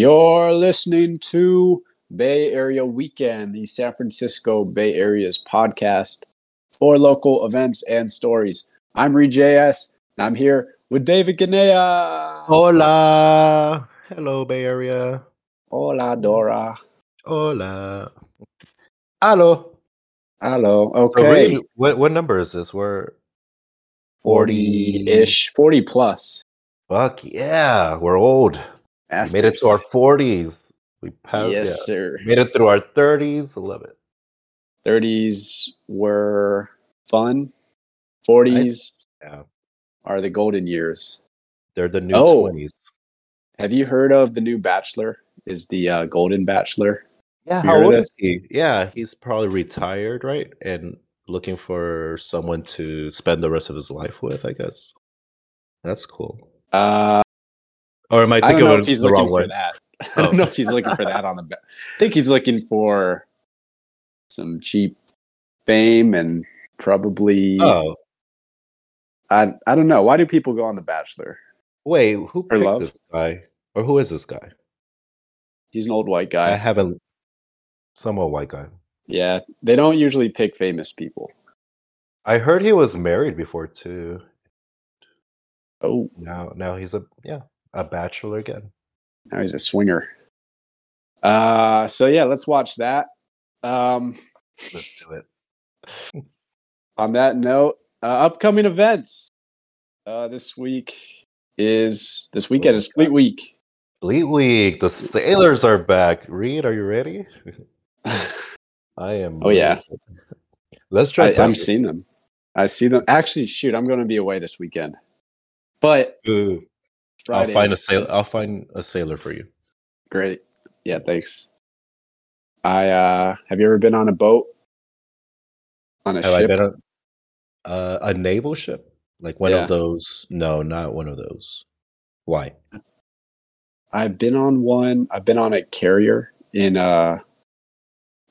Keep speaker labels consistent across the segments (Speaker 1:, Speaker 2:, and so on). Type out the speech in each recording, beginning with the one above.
Speaker 1: You're listening to Bay Area Weekend, the San Francisco Bay Area's podcast for local events and stories. I'm Reed JS, and I'm here with David Ganea.
Speaker 2: Hola. Hello, Bay Area.
Speaker 1: Hola, Dora.
Speaker 2: Hola. Hello.
Speaker 1: Hello.
Speaker 2: So
Speaker 1: Okay.
Speaker 2: really, what what number is this? We're
Speaker 1: 40 ish, 40 plus.
Speaker 2: Fuck yeah, we're old. We made it to our forties. We passed.
Speaker 1: Yes,
Speaker 2: Yes.
Speaker 1: sir.
Speaker 2: Made it through our thirties. I love it.
Speaker 1: 30s were fun, 40s
Speaker 2: Yeah.
Speaker 1: are the golden years.
Speaker 2: They're the new
Speaker 1: Oh.
Speaker 2: twenties.
Speaker 1: Have you heard of the new Bachelor? Is the uh, Golden Bachelor?
Speaker 2: yeah.
Speaker 1: hear
Speaker 2: How old
Speaker 1: that?
Speaker 2: is he? Yeah, he's probably retired, right? And looking for someone to spend the rest of his life with. I guess. That's cool.
Speaker 1: Uh,
Speaker 2: Or am I
Speaker 1: I don't
Speaker 2: thinking
Speaker 1: know
Speaker 2: of
Speaker 1: if
Speaker 2: it
Speaker 1: he's
Speaker 2: the
Speaker 1: looking
Speaker 2: wrong
Speaker 1: for
Speaker 2: way?
Speaker 1: that. I don't
Speaker 2: Oh.
Speaker 1: know if he's looking for that on the. Ba- I think he's looking for some cheap fame and probably.
Speaker 2: Oh
Speaker 1: I I don't know. Why do people go on the Bachelor?
Speaker 2: wait, who picked
Speaker 1: love.
Speaker 2: this guy? Or who is this guy?
Speaker 1: He's an old white
Speaker 2: I
Speaker 1: guy.
Speaker 2: haven't. Some old white guy.
Speaker 1: Yeah, they don't usually pick famous people.
Speaker 2: I heard he was married before too.
Speaker 1: Oh,
Speaker 2: Now, now he's a yeah, a bachelor again.
Speaker 1: now he's a swinger. Uh, so yeah, let's watch that. Um,
Speaker 2: Let's do it.
Speaker 1: on that note, uh, upcoming events uh, this week is this weekend is Fleet Week.
Speaker 2: Fleet Week. The sailors are back. Reed, are you ready? I am.
Speaker 1: Oh, yeah.
Speaker 2: ready. Let's try.
Speaker 1: I, I'm
Speaker 2: something.
Speaker 1: seeing them. I see them. Actually, shoot, I'm going to be away this weekend, but
Speaker 2: Ooh, I'll
Speaker 1: Friday.
Speaker 2: find a sailor. I'll find a sailor for you.
Speaker 1: Great. Yeah, thanks. I uh, have you ever been on a boat? On a
Speaker 2: Have I
Speaker 1: ship?
Speaker 2: been on uh, a naval ship? Like one
Speaker 1: Yeah.
Speaker 2: of those? No, not one of those. Why?
Speaker 1: I've been on one. I've been on a carrier in uh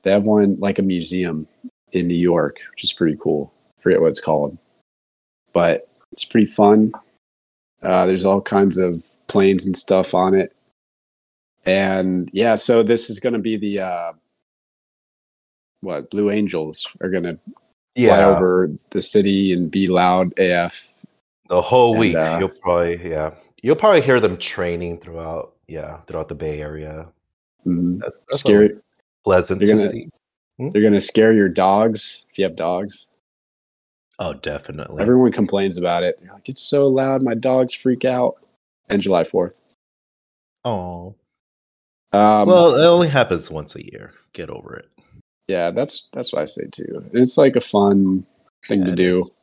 Speaker 1: they have one like a museum in New York, which is pretty cool. forget what it's called. But it's pretty fun. Uh there's all kinds of planes and stuff on it. And yeah, so this is gonna be the uh what Blue Angels are gonna fly over the city and be loud AF.
Speaker 2: The whole
Speaker 1: And,
Speaker 2: week,
Speaker 1: uh,
Speaker 2: you'll probably yeah, you'll probably hear them training throughout yeah throughout the Bay Area.
Speaker 1: Mm,
Speaker 2: That's, that's
Speaker 1: scary.
Speaker 2: always pleasant.
Speaker 1: You're
Speaker 2: to
Speaker 1: gonna-
Speaker 2: see.
Speaker 1: They're gonna scare your dogs if you have dogs.
Speaker 2: Oh, definitely.
Speaker 1: Everyone complains about it. They're like, it's so loud. My dogs freak out. And July 4th.
Speaker 2: oh,
Speaker 1: Um,
Speaker 2: well, it only happens once a year. Get over it.
Speaker 1: yeah, that's that's what I say too. And It's like a fun thing to
Speaker 2: That
Speaker 1: do.
Speaker 2: is-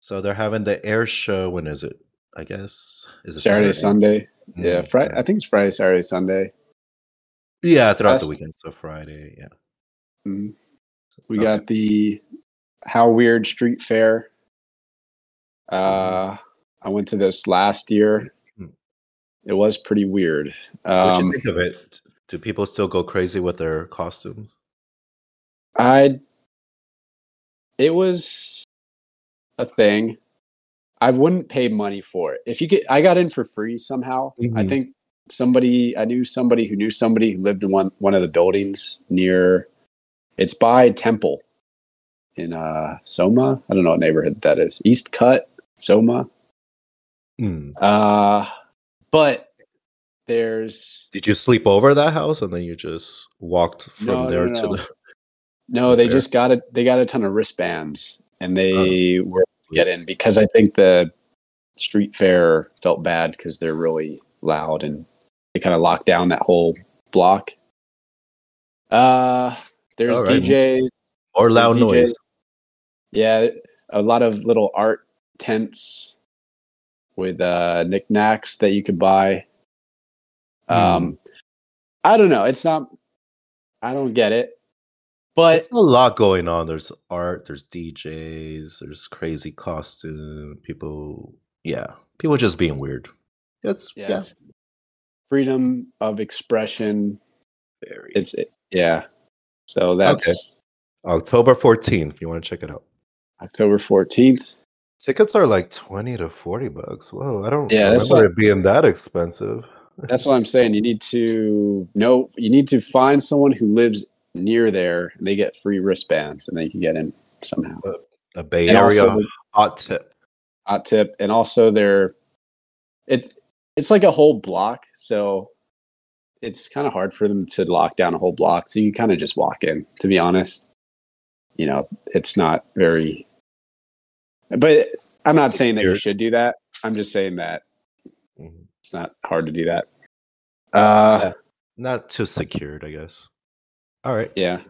Speaker 2: So they're having the air show. When is it? I guess is it
Speaker 1: Saturday, Sunday. Yeah, uh,
Speaker 2: Mm,
Speaker 1: Friday. I think it's Friday, Saturday, Sunday.
Speaker 2: Yeah, throughout
Speaker 1: Last-
Speaker 2: the weekend. So Friday. Yeah,
Speaker 1: Mhm. We
Speaker 2: Okay.
Speaker 1: got the How Weird Street Fair.
Speaker 2: Mm-hmm.
Speaker 1: Uh, I went to this last year.
Speaker 2: Mm.
Speaker 1: It was pretty weird.
Speaker 2: What do
Speaker 1: Um,
Speaker 2: you think of it? Do people still go crazy with their costumes?
Speaker 1: I it was a thing. I wouldn't pay money for it. If you get I got in for free somehow. I
Speaker 2: Mhm.
Speaker 1: think somebody I knew somebody who knew somebody who lived in one one of the buildings near it's by Temple in uh Soma. I don't know what neighborhood that is. East Cut, Soma.
Speaker 2: Mm.
Speaker 1: Uh but there's
Speaker 2: Did you sleep over that house and then you just walked from
Speaker 1: No, no,
Speaker 2: there
Speaker 1: no,
Speaker 2: to
Speaker 1: no.
Speaker 2: the?
Speaker 1: No, they
Speaker 2: Fair.
Speaker 1: just got a they got a ton of wristbands and they
Speaker 2: Oh.
Speaker 1: were
Speaker 2: sweet.
Speaker 1: get in because I think the street fair felt bad because they're really loud and they kind of locked down that whole block. Uh there's
Speaker 2: All right.
Speaker 1: DJs,
Speaker 2: Or loud
Speaker 1: DJs.
Speaker 2: noise.
Speaker 1: yeah, a lot of little art tents with uh knickknacks that you could buy.
Speaker 2: Hmm.
Speaker 1: Um I don't know, it's not I don't get it. But
Speaker 2: There's a lot going on. There's art, there's DJs, there's crazy costume, people yeah. People just being weird. That's
Speaker 1: yeah,
Speaker 2: yeah,
Speaker 1: it's freedom of expression.
Speaker 2: very
Speaker 1: It's it, yeah. So that's
Speaker 2: October 14th, if you want to check it out.
Speaker 1: October fourteenth.
Speaker 2: Tickets are like 20 to 40 bucks. Whoa, I don't
Speaker 1: Yeah,
Speaker 2: yeah,
Speaker 1: that's
Speaker 2: remember it being that expensive.
Speaker 1: That's what I'm saying. You need to know. You need to find someone who lives near there, and they get free wristbands, and they can get in somehow.
Speaker 2: A Bay
Speaker 1: And
Speaker 2: Area
Speaker 1: also-
Speaker 2: hot tip.
Speaker 1: Hot tip, and also they're it's it's like a whole block, so it's kind of hard for them to lock down a whole block. So you kind of just walk in. To be honest, you know, it's not very. But I'm not saying that you
Speaker 2: Here.
Speaker 1: should do that. I'm just saying that
Speaker 2: Mhm.
Speaker 1: it's not hard to do that. Uh,
Speaker 2: Not too secured, I guess. All right.
Speaker 1: Yeah.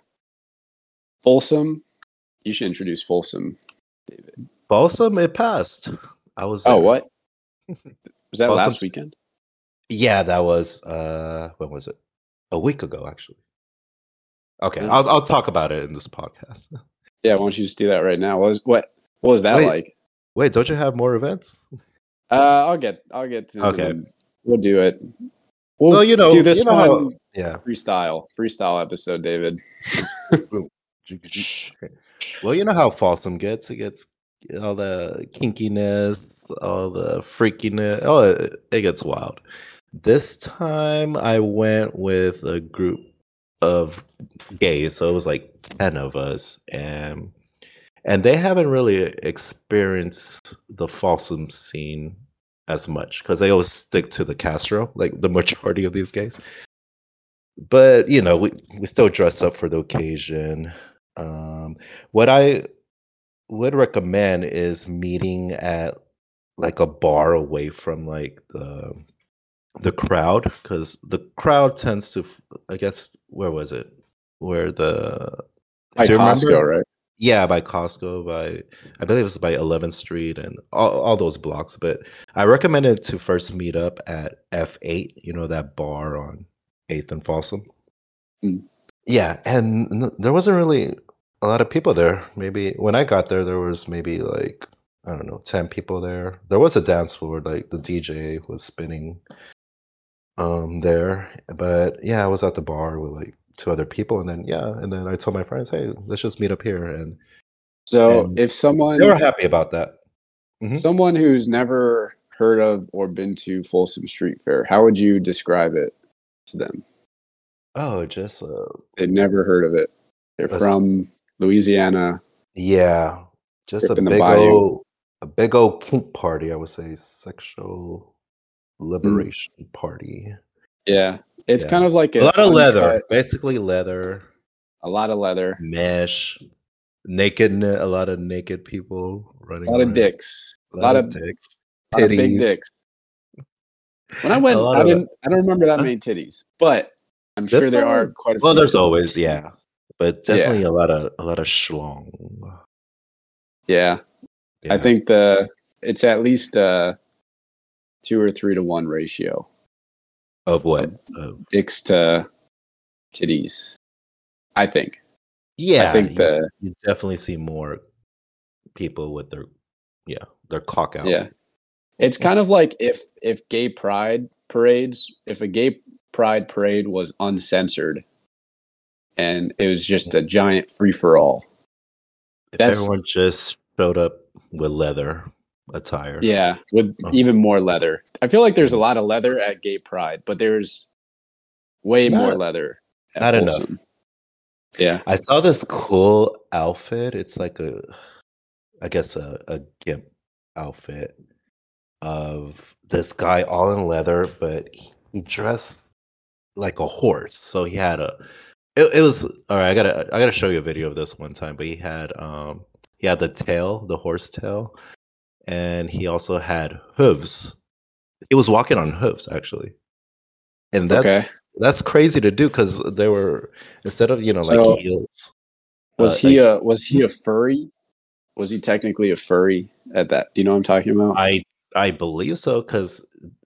Speaker 1: Folsom. You should introduce Folsom.
Speaker 2: Balsam, it passed. I was.
Speaker 1: Oh,
Speaker 2: there.
Speaker 1: what? Was that
Speaker 2: Folsom's-
Speaker 1: last weekend?
Speaker 2: Yeah, that was uh when was it? A week ago actually. Okay,
Speaker 1: Yeah.
Speaker 2: I'll I'll talk about it in this podcast.
Speaker 1: Yeah, why don't you just do that right now? What was what what was that
Speaker 2: Wait.
Speaker 1: like?
Speaker 2: Wait, don't you have more events?
Speaker 1: Uh I'll get I'll get to
Speaker 2: Okay.
Speaker 1: them. We'll do it. We'll
Speaker 2: well, you know,
Speaker 1: do this
Speaker 2: you know how-
Speaker 1: one
Speaker 2: yeah.
Speaker 1: freestyle. Freestyle episode, David.
Speaker 2: Okay. Well, you know how Folsom gets. It gets all the kinkiness, all the freakiness. Oh, it, it gets wild. This time I went with a group of gays, so it was like ten of us, and and they haven't really experienced the Folsom scene as much because they always stick to the Castro, like the majority of these guys. But you know, we we still dress up for the occasion. Um, what I would recommend is meeting at like a bar away from like the the crowd because the crowd tends to f- i guess where was it where the
Speaker 1: By
Speaker 2: Do you remember?
Speaker 1: Costco, right?
Speaker 2: yeah, by Costco, by I believe it's by 11th Street and all, all those blocks. But I recommend it to first meet up at F8, you know, that bar on 8th and Folsom.
Speaker 1: Mm.
Speaker 2: Yeah, and n- there wasn't really a lot of people there. Maybe when I got there, there was maybe like, I don't know, 10 people there. There was a dance floor, like the DJ was spinning um there but yeah i was at the bar with like two other people and then yeah and then i told my friends hey let's just meet up here and
Speaker 1: So
Speaker 2: And-
Speaker 1: if someone
Speaker 2: they were happy about that. Mhm.
Speaker 1: someone who's never heard of or been to Folsom Street Fair, how would you describe it to them?
Speaker 2: Oh, just uh,
Speaker 1: They've never heard of it. They're
Speaker 2: That's-
Speaker 1: from Louisiana.
Speaker 2: yeah, just a
Speaker 1: Ripping the
Speaker 2: big
Speaker 1: bayou.
Speaker 2: old, a big old kink party. I would say sexual
Speaker 1: Mm.
Speaker 2: liberation party.
Speaker 1: Yeah. It's
Speaker 2: Yeah.
Speaker 1: kind of like
Speaker 2: A lot of leather,
Speaker 1: uncut-
Speaker 2: basically leather,
Speaker 1: A lot of leather.
Speaker 2: mesh, naked, a lot of naked people running.
Speaker 1: A lot of
Speaker 2: around,
Speaker 1: dicks.
Speaker 2: a
Speaker 1: lot of
Speaker 2: dicks,
Speaker 1: A lot of big
Speaker 2: titties.
Speaker 1: dicks. When I went,
Speaker 2: lot
Speaker 1: I
Speaker 2: of-
Speaker 1: didn't. I don't remember that
Speaker 2: Huh?
Speaker 1: many titties, but I'm
Speaker 2: There's
Speaker 1: sure there are
Speaker 2: some-
Speaker 1: quite a few.
Speaker 2: Well, there's always yeah, but
Speaker 1: Yeah.
Speaker 2: definitely a lot of a lot of schlong.
Speaker 1: Yeah, I
Speaker 2: Yeah.
Speaker 1: think the it's at least uh two or three to one ratio
Speaker 2: of what?
Speaker 1: um,
Speaker 2: Of,
Speaker 1: dicks to titties. I think.
Speaker 2: Yeah,
Speaker 1: think
Speaker 2: you,
Speaker 1: the-
Speaker 2: you definitely see more people with their yeah their cock out.
Speaker 1: Yeah. It's kind of like if if gay pride parades, if a gay pride parade was uncensored and it was just a giant free for all.
Speaker 2: If
Speaker 1: that's-
Speaker 2: everyone just showed up with leather attire.
Speaker 1: Yeah, with
Speaker 2: Uh-huh.
Speaker 1: even more leather. I feel like there's a lot of leather at gay pride, but there's way more
Speaker 2: Not-
Speaker 1: leather. at
Speaker 2: not enough.
Speaker 1: Folsom. Yeah.
Speaker 2: I saw this cool outfit. It's like a, I guess a, a gimp outfit of this guy all in leather, but he dressed like a horse. So he had a, it, it was all right. I gotta I gotta show you a video of this one time. But he had um he had the tail, the horse tail, and he also had hooves. He was walking on hooves actually, and that's
Speaker 1: okay.
Speaker 2: that's crazy to do because they were instead of you know like
Speaker 1: So-
Speaker 2: heels.
Speaker 1: Was
Speaker 2: uh,
Speaker 1: he a was he a furry? Was he technically a furry at that? Do you know what I'm talking about?
Speaker 2: I I believe so because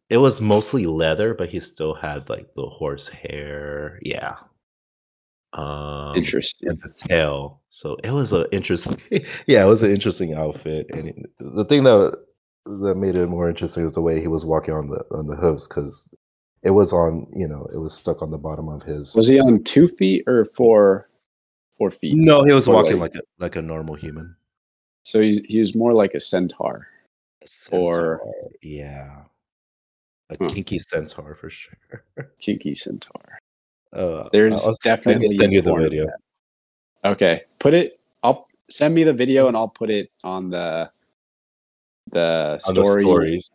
Speaker 2: it was mostly leather, but he still had like the horse hair. Yeah. Um,
Speaker 1: Interesting.
Speaker 2: and the tail. So it was an interesting. yeah, it was an interesting outfit, and it- the thing that that made it more interesting was the way he was walking on the on the hooves because it was on you know it was stuck on the bottom of his.
Speaker 1: Was he on two feet or four four feet?
Speaker 2: no, he was
Speaker 1: or
Speaker 2: walking
Speaker 1: legs?
Speaker 2: like a like a normal human.
Speaker 1: So he's he was more like a centaur. Or- Hmm.
Speaker 2: Centaur, yeah. A
Speaker 1: Huh.
Speaker 2: kinky centaur for sure.
Speaker 1: Kinky Centaur.
Speaker 2: Uh,
Speaker 1: There's
Speaker 2: I'll- I
Speaker 1: definitely
Speaker 2: can send you
Speaker 1: a
Speaker 2: the
Speaker 1: porn of
Speaker 2: video.
Speaker 1: that. Okay, put it. I'll send me the video and I'll put it on the the
Speaker 2: on the
Speaker 1: story
Speaker 2: stories.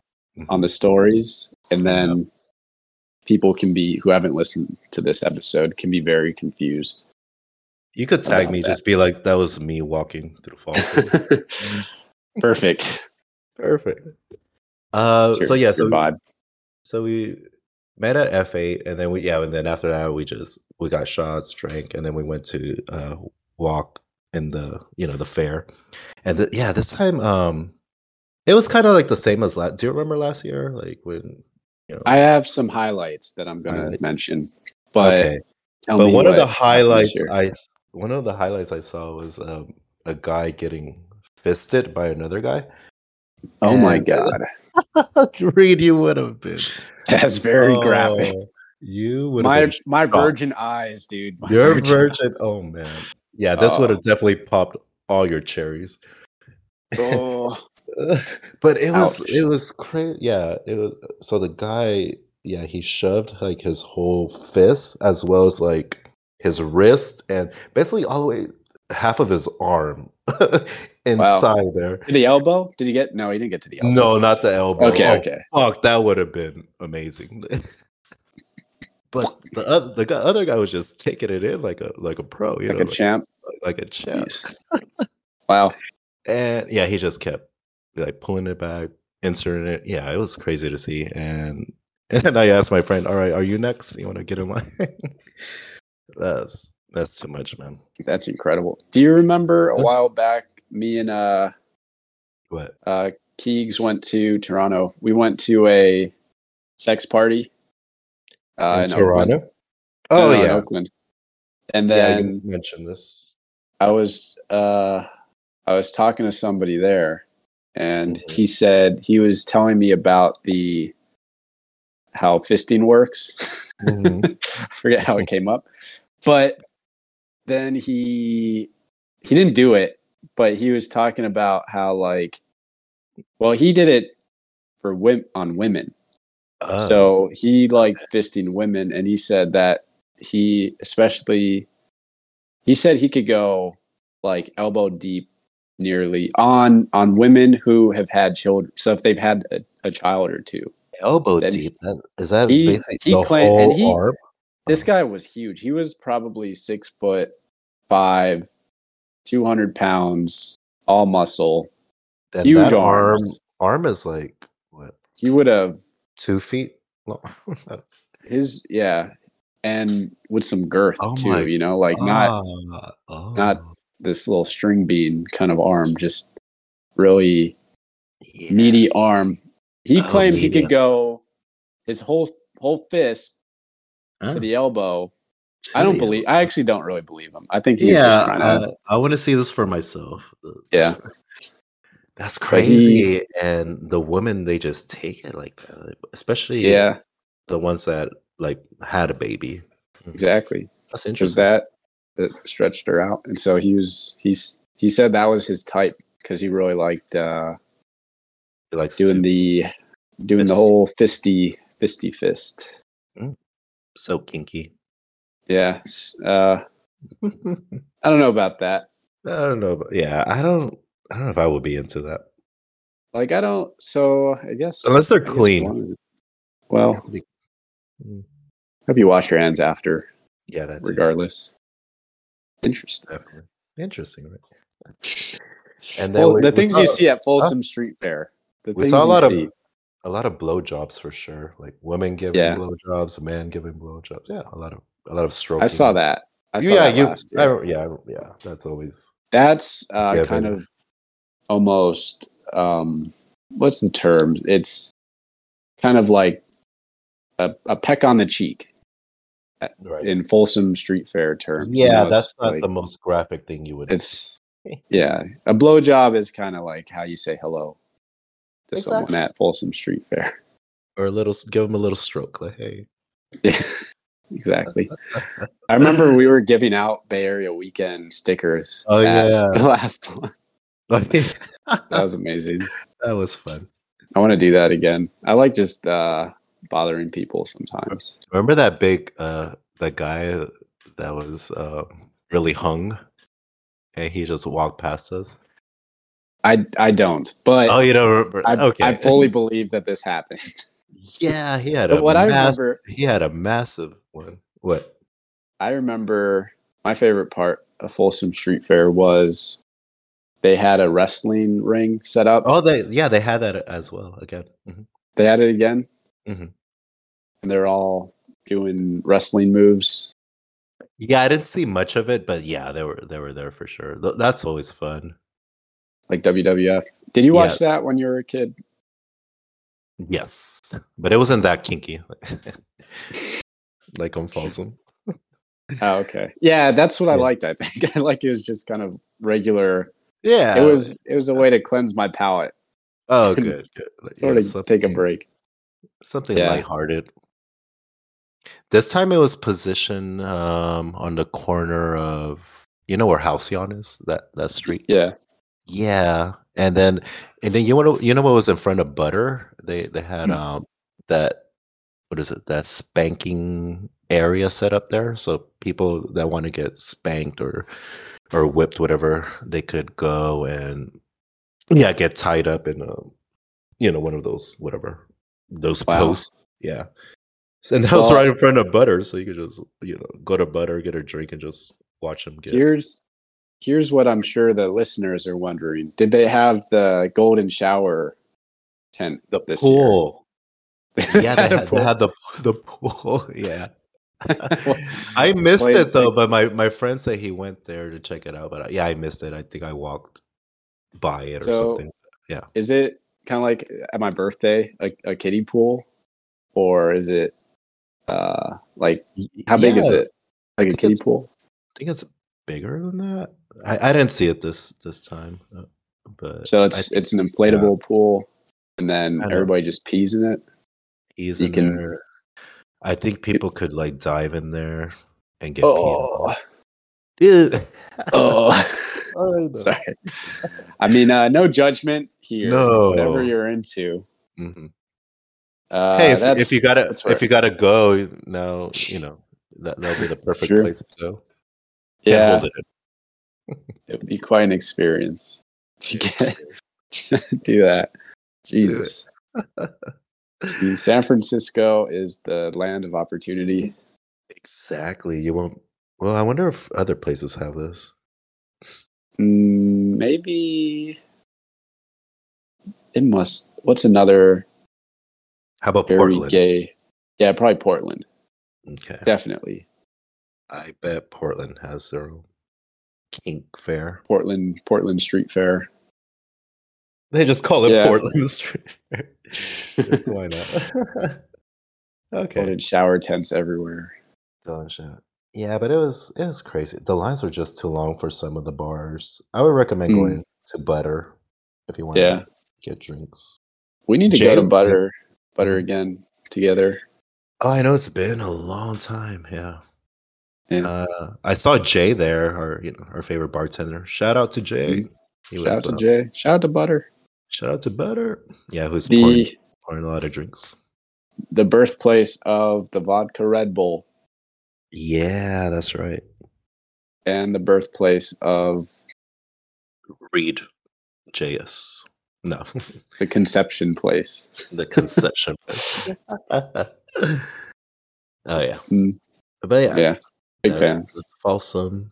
Speaker 1: on the stories, and then people can be who haven't listened to this episode can be very confused.
Speaker 2: You could tag
Speaker 1: about
Speaker 2: me,
Speaker 1: that.
Speaker 2: just be like, that was me walking through the falls.
Speaker 1: Perfect.
Speaker 2: Perfect. Uh,
Speaker 1: It's your-
Speaker 2: so yeah, so
Speaker 1: Your vibe.
Speaker 2: so we met at F eight, and then we yeah, and then after that we just we got shots, drank, and then we went to uh, walk in the you know the fair, and the, yeah, this time um, it was kind of like the same as last. Do you remember last year, like when you know?
Speaker 1: I have some highlights that I'm going to
Speaker 2: Highlights.
Speaker 1: mention, but tell
Speaker 2: but
Speaker 1: me
Speaker 2: one of
Speaker 1: what
Speaker 2: the
Speaker 1: happened
Speaker 2: highlights
Speaker 1: here.
Speaker 2: I one of the highlights I saw was um, a guy getting fisted by another guy.
Speaker 1: oh my
Speaker 2: and-
Speaker 1: god,
Speaker 2: Reed, you would have been
Speaker 1: that's very graphic.
Speaker 2: Oh, You would have
Speaker 1: My
Speaker 2: been
Speaker 1: my
Speaker 2: shocked.
Speaker 1: virgin eyes, dude. My
Speaker 2: Your
Speaker 1: virgin
Speaker 2: virgin. Oh man. Yeah, this would
Speaker 1: Oh.
Speaker 2: have definitely popped all your cherries.
Speaker 1: Oh,
Speaker 2: but it was
Speaker 1: Ouch.
Speaker 2: it was crazy. Yeah, it was. So the guy, yeah, he shoved like his whole fist as well as like his wrist and basically all the way half of his arm inside there.
Speaker 1: to the elbow? Did he get? No, he didn't get to the elbow.
Speaker 2: No, not the elbow.
Speaker 1: Okay,
Speaker 2: Oh,
Speaker 1: okay.
Speaker 2: Fuck, that would have been amazing. but the other, the gu- other guy was just taking it in like a like a pro, you
Speaker 1: Like
Speaker 2: know,
Speaker 1: a champ.
Speaker 2: like, like a champ.
Speaker 1: Jeez. Wow.
Speaker 2: And yeah, he just kept like pulling it back, inserting it. Yeah, it was crazy to see. And and I asked my friend, "All right, are you next? You want to get in line?" that's that's too much, man.
Speaker 1: That's incredible. Do you remember a while back me and uh
Speaker 2: But
Speaker 1: uh Keegs went to Toronto. We went to a sex party. uh,
Speaker 2: in
Speaker 1: in Oakland.
Speaker 2: Toronto.
Speaker 1: No,
Speaker 2: Oh
Speaker 1: no, in
Speaker 2: yeah,
Speaker 1: Oakland. And
Speaker 2: yeah.
Speaker 1: then
Speaker 2: You mentioned this.
Speaker 1: I was uh, I was talking to somebody there, and
Speaker 2: Mhm.
Speaker 1: he said he was telling me about the how fisting works.
Speaker 2: Mhm.
Speaker 1: I forget how it came up, but then he he didn't do it, but he was talking about how like, well, he did it for wim- on women,
Speaker 2: Oh,
Speaker 1: so he liked fisting women, and he said that he especially he said he could go like elbow deep, nearly on on women who have had children. So if they've had a, a child or two,
Speaker 2: elbow
Speaker 1: then
Speaker 2: deep. That, is that
Speaker 1: he-
Speaker 2: basically
Speaker 1: he
Speaker 2: the
Speaker 1: claimed- and
Speaker 2: whole
Speaker 1: he-
Speaker 2: arm?
Speaker 1: this guy was huge. He was probably six foot five, two hundred pounds, all muscle.
Speaker 2: Then
Speaker 1: huge
Speaker 2: that arm.
Speaker 1: arms.
Speaker 2: Arm is like what
Speaker 1: He would have
Speaker 2: two feet long.
Speaker 1: his yeah, and with some girth
Speaker 2: Oh
Speaker 1: too.
Speaker 2: my
Speaker 1: You know, like not
Speaker 2: Ah, oh,
Speaker 1: this little string bean kind of arm, just really
Speaker 2: yeah.
Speaker 1: meaty arm. He
Speaker 2: Oh,
Speaker 1: claimed he
Speaker 2: meaty.
Speaker 1: could go his whole whole fist
Speaker 2: Ah,
Speaker 1: to the elbow.
Speaker 2: to
Speaker 1: I don't
Speaker 2: the
Speaker 1: believe. I actually don't really believe him. I think he
Speaker 2: Yeah,
Speaker 1: was just trying to.
Speaker 2: uh, I want to see this for myself. Uh,
Speaker 1: Yeah,
Speaker 2: That's
Speaker 1: But he-
Speaker 2: crazy. and the women, they just take it like that, like, especially
Speaker 1: yeah,
Speaker 2: the ones that like had a baby.
Speaker 1: exactly.
Speaker 2: That's
Speaker 1: Because
Speaker 2: interesting.
Speaker 1: that that stretched her out, and so he was. He's he said that was his type because he really liked uh,
Speaker 2: They likes to-
Speaker 1: doing the doing the
Speaker 2: Fist.
Speaker 1: whole fisty fisty fist.
Speaker 2: so kinky.
Speaker 1: Yeah, s- uh,
Speaker 2: I
Speaker 1: I don't know about that.
Speaker 2: don't know. But yeah, I don't. I don't know if I would be into that
Speaker 1: Like I don't. So I guess
Speaker 2: unless they're
Speaker 1: I guess
Speaker 2: clean.
Speaker 1: one- Well,
Speaker 2: Mm,
Speaker 1: hope you wash your hands after,
Speaker 2: Yeah, that's
Speaker 1: regardless. Interesting.
Speaker 2: definitely interesting. Right? And then
Speaker 1: Well,
Speaker 2: we-
Speaker 1: the
Speaker 2: we
Speaker 1: things
Speaker 2: saw-
Speaker 1: you see at Folsom Street Fair. The
Speaker 2: we
Speaker 1: things
Speaker 2: saw a
Speaker 1: you
Speaker 2: lot of
Speaker 1: see.
Speaker 2: a lot of blowjobs for sure. Like women giving
Speaker 1: Yeah.
Speaker 2: blowjobs, men giving blowjobs. Yeah, a lot of a lot of stroking.
Speaker 1: I saw that. I saw
Speaker 2: yeah,
Speaker 1: that
Speaker 2: you.
Speaker 1: last
Speaker 2: I
Speaker 1: year.
Speaker 2: re- yeah, I re- yeah. That's always.
Speaker 1: That's uh,
Speaker 2: Yeah,
Speaker 1: kind
Speaker 2: baby.
Speaker 1: of almost um, what's the term? It's kind of like a, a peck on the cheek
Speaker 2: Right.
Speaker 1: in Folsom Street Fair terms. you know,
Speaker 2: yeah,
Speaker 1: it's
Speaker 2: that's not
Speaker 1: like-
Speaker 2: the most graphic thing you would.
Speaker 1: It's yeah, a blowjob is kind of like how you say hello to someone
Speaker 2: Exactly.
Speaker 1: at Folsom Street Fair.
Speaker 2: or a little. s- Give them a little stroke. Like hey.
Speaker 1: Yeah, exactly. I remember we were giving out Bay Area weekend stickers.
Speaker 2: Oh
Speaker 1: at
Speaker 2: yeah.
Speaker 1: the last one.
Speaker 2: Like,
Speaker 1: That was amazing.
Speaker 2: that was fun.
Speaker 1: I want to do that again. I like just uh, bothering people sometimes.
Speaker 2: Remember that big uh that guy that was uh really hung and he just walked past us?
Speaker 1: I I don't, but
Speaker 2: Oh, you don't remember.
Speaker 1: I,
Speaker 2: okay.
Speaker 1: I fully believe that this happened.
Speaker 2: yeah, he had a
Speaker 1: But what I
Speaker 2: mass-
Speaker 1: remember
Speaker 2: he had a massive one. What?
Speaker 1: I remember my favorite part of Folsom Street Fair was they had a wrestling ring set up.
Speaker 2: Oh, they yeah, they had that as well again. Mhm.
Speaker 1: They had it again.
Speaker 2: Mhm.
Speaker 1: And they're all doing wrestling moves.
Speaker 2: Yeah, I didn't see much of it, but yeah, they were they were there for sure. Th- That's always fun.
Speaker 1: Like WWF. Did you watch that when you were a kid?
Speaker 2: Yes, but it wasn't that kinky, like on Folsom.
Speaker 1: Oh, okay. Yeah, that's what I
Speaker 2: Yeah.
Speaker 1: liked. I think I like it was just kind of regular.
Speaker 2: Yeah,
Speaker 1: it was it was a way to cleanse my palate,
Speaker 2: Oh, good, good. Like,
Speaker 1: sort
Speaker 2: yeah,
Speaker 1: of take a
Speaker 2: something-
Speaker 1: break.
Speaker 2: Something
Speaker 1: Yeah.
Speaker 2: lighthearted. This time it was positioned um, on the corner of you know where Halcyon is that that street.
Speaker 1: Yeah.
Speaker 2: Yeah, and then and then you want to you know what was in front of Butter? They they had
Speaker 1: Hmm.
Speaker 2: um that what is it that spanking area set up there, so people that want to get spanked or or whipped, whatever, they could go and yeah, get tied up in a you know one of those whatever those
Speaker 1: Wow.
Speaker 2: posts. Yeah, So- and that was
Speaker 1: Well-
Speaker 2: right in front of Butter, so you could just you know go to Butter, get a drink, and just watch them get.
Speaker 1: Here's here's what I'm sure the listeners are wondering. Did they have the golden shower tent
Speaker 2: the
Speaker 1: this year?
Speaker 2: pool. Yeah,
Speaker 1: Had
Speaker 2: they
Speaker 1: a
Speaker 2: had,
Speaker 1: pool.
Speaker 2: they had the the pool. Yeah,
Speaker 1: Well,
Speaker 2: I missed
Speaker 1: explain-
Speaker 2: it though. But my my friend said he went there to check it out. But I, yeah, I missed it. I think I walked by it or
Speaker 1: So-
Speaker 2: something.
Speaker 1: Is it kind of like at my birthday, a, a kiddie pool, or is it uh like how big is
Speaker 2: Yeah,
Speaker 1: it? Like a
Speaker 2: think
Speaker 1: kiddie
Speaker 2: it's-
Speaker 1: pool?
Speaker 2: I think it's bigger than that. I, I didn't see it this this time, uh, but
Speaker 1: So it's
Speaker 2: I think
Speaker 1: it's an inflatable pool, and then
Speaker 2: I know.
Speaker 1: everybody just pees in it.
Speaker 2: he's
Speaker 1: you
Speaker 2: in
Speaker 1: can-
Speaker 2: there. I think people could like dive in there and get
Speaker 1: Oh,
Speaker 2: peed. on. Dude.
Speaker 1: oh.
Speaker 2: I know.
Speaker 1: Sorry. I mean, uh, no judgment here.
Speaker 2: No.
Speaker 1: Whatever you're into.
Speaker 2: Mhm.
Speaker 1: Uh,
Speaker 2: hey, if,
Speaker 1: that's,
Speaker 2: if you gotta
Speaker 1: that's
Speaker 2: if
Speaker 1: where-
Speaker 2: you gotta go now, you know that that'll be the perfect
Speaker 1: true.
Speaker 2: place to go. Can't
Speaker 1: yeah,
Speaker 2: hold it in.
Speaker 1: it would be quite an experience to get to do that. Jesus. See, San Francisco is the land of opportunity.
Speaker 2: Exactly. You won't. Well, I wonder if other places have this.
Speaker 1: Mm, Maybe it must. What's another
Speaker 2: How about
Speaker 1: very
Speaker 2: Portland?
Speaker 1: gay? Yeah, probably Portland.
Speaker 2: Okay,
Speaker 1: Definitely
Speaker 2: I bet Portland has their own kink fair.
Speaker 1: Portland. Portland Street Fair.
Speaker 2: They just call it
Speaker 1: Yeah.
Speaker 2: Portland Street. Fair. Why not? okay.
Speaker 1: Portland shower tents everywhere.
Speaker 2: Dylan Shaw. Yeah, but it was it was crazy. The lines were just too long for some of the bars. I would recommend
Speaker 1: Mm.
Speaker 2: going to Butter if you want
Speaker 1: Yeah.
Speaker 2: to get drinks.
Speaker 1: We need to go to
Speaker 2: Jam-
Speaker 1: Butter,
Speaker 2: Mm-hmm.
Speaker 1: Butter again together.
Speaker 2: Oh, I know it's been a long time. Yeah.
Speaker 1: Yeah.
Speaker 2: Uh, I saw Jay there, our you know, our favorite bartender. Shout out to Jay. He
Speaker 1: Mm-hmm. Shout out
Speaker 2: was,
Speaker 1: to
Speaker 2: uh,
Speaker 1: Jay. Shout out to Butter.
Speaker 2: Shout out to Butter. Yeah, who's pouring,
Speaker 1: The
Speaker 2: pouring a lot of drinks.
Speaker 1: the birthplace of the vodka Red Bull
Speaker 2: Yeah, that's right.
Speaker 1: and the birthplace of
Speaker 2: Reed JS. No.
Speaker 1: the conception place.
Speaker 2: the conception. oh yeah.
Speaker 1: Mm.
Speaker 2: But yeah,
Speaker 1: Yeah, big
Speaker 2: that's-
Speaker 1: fans.
Speaker 2: that's Folsom.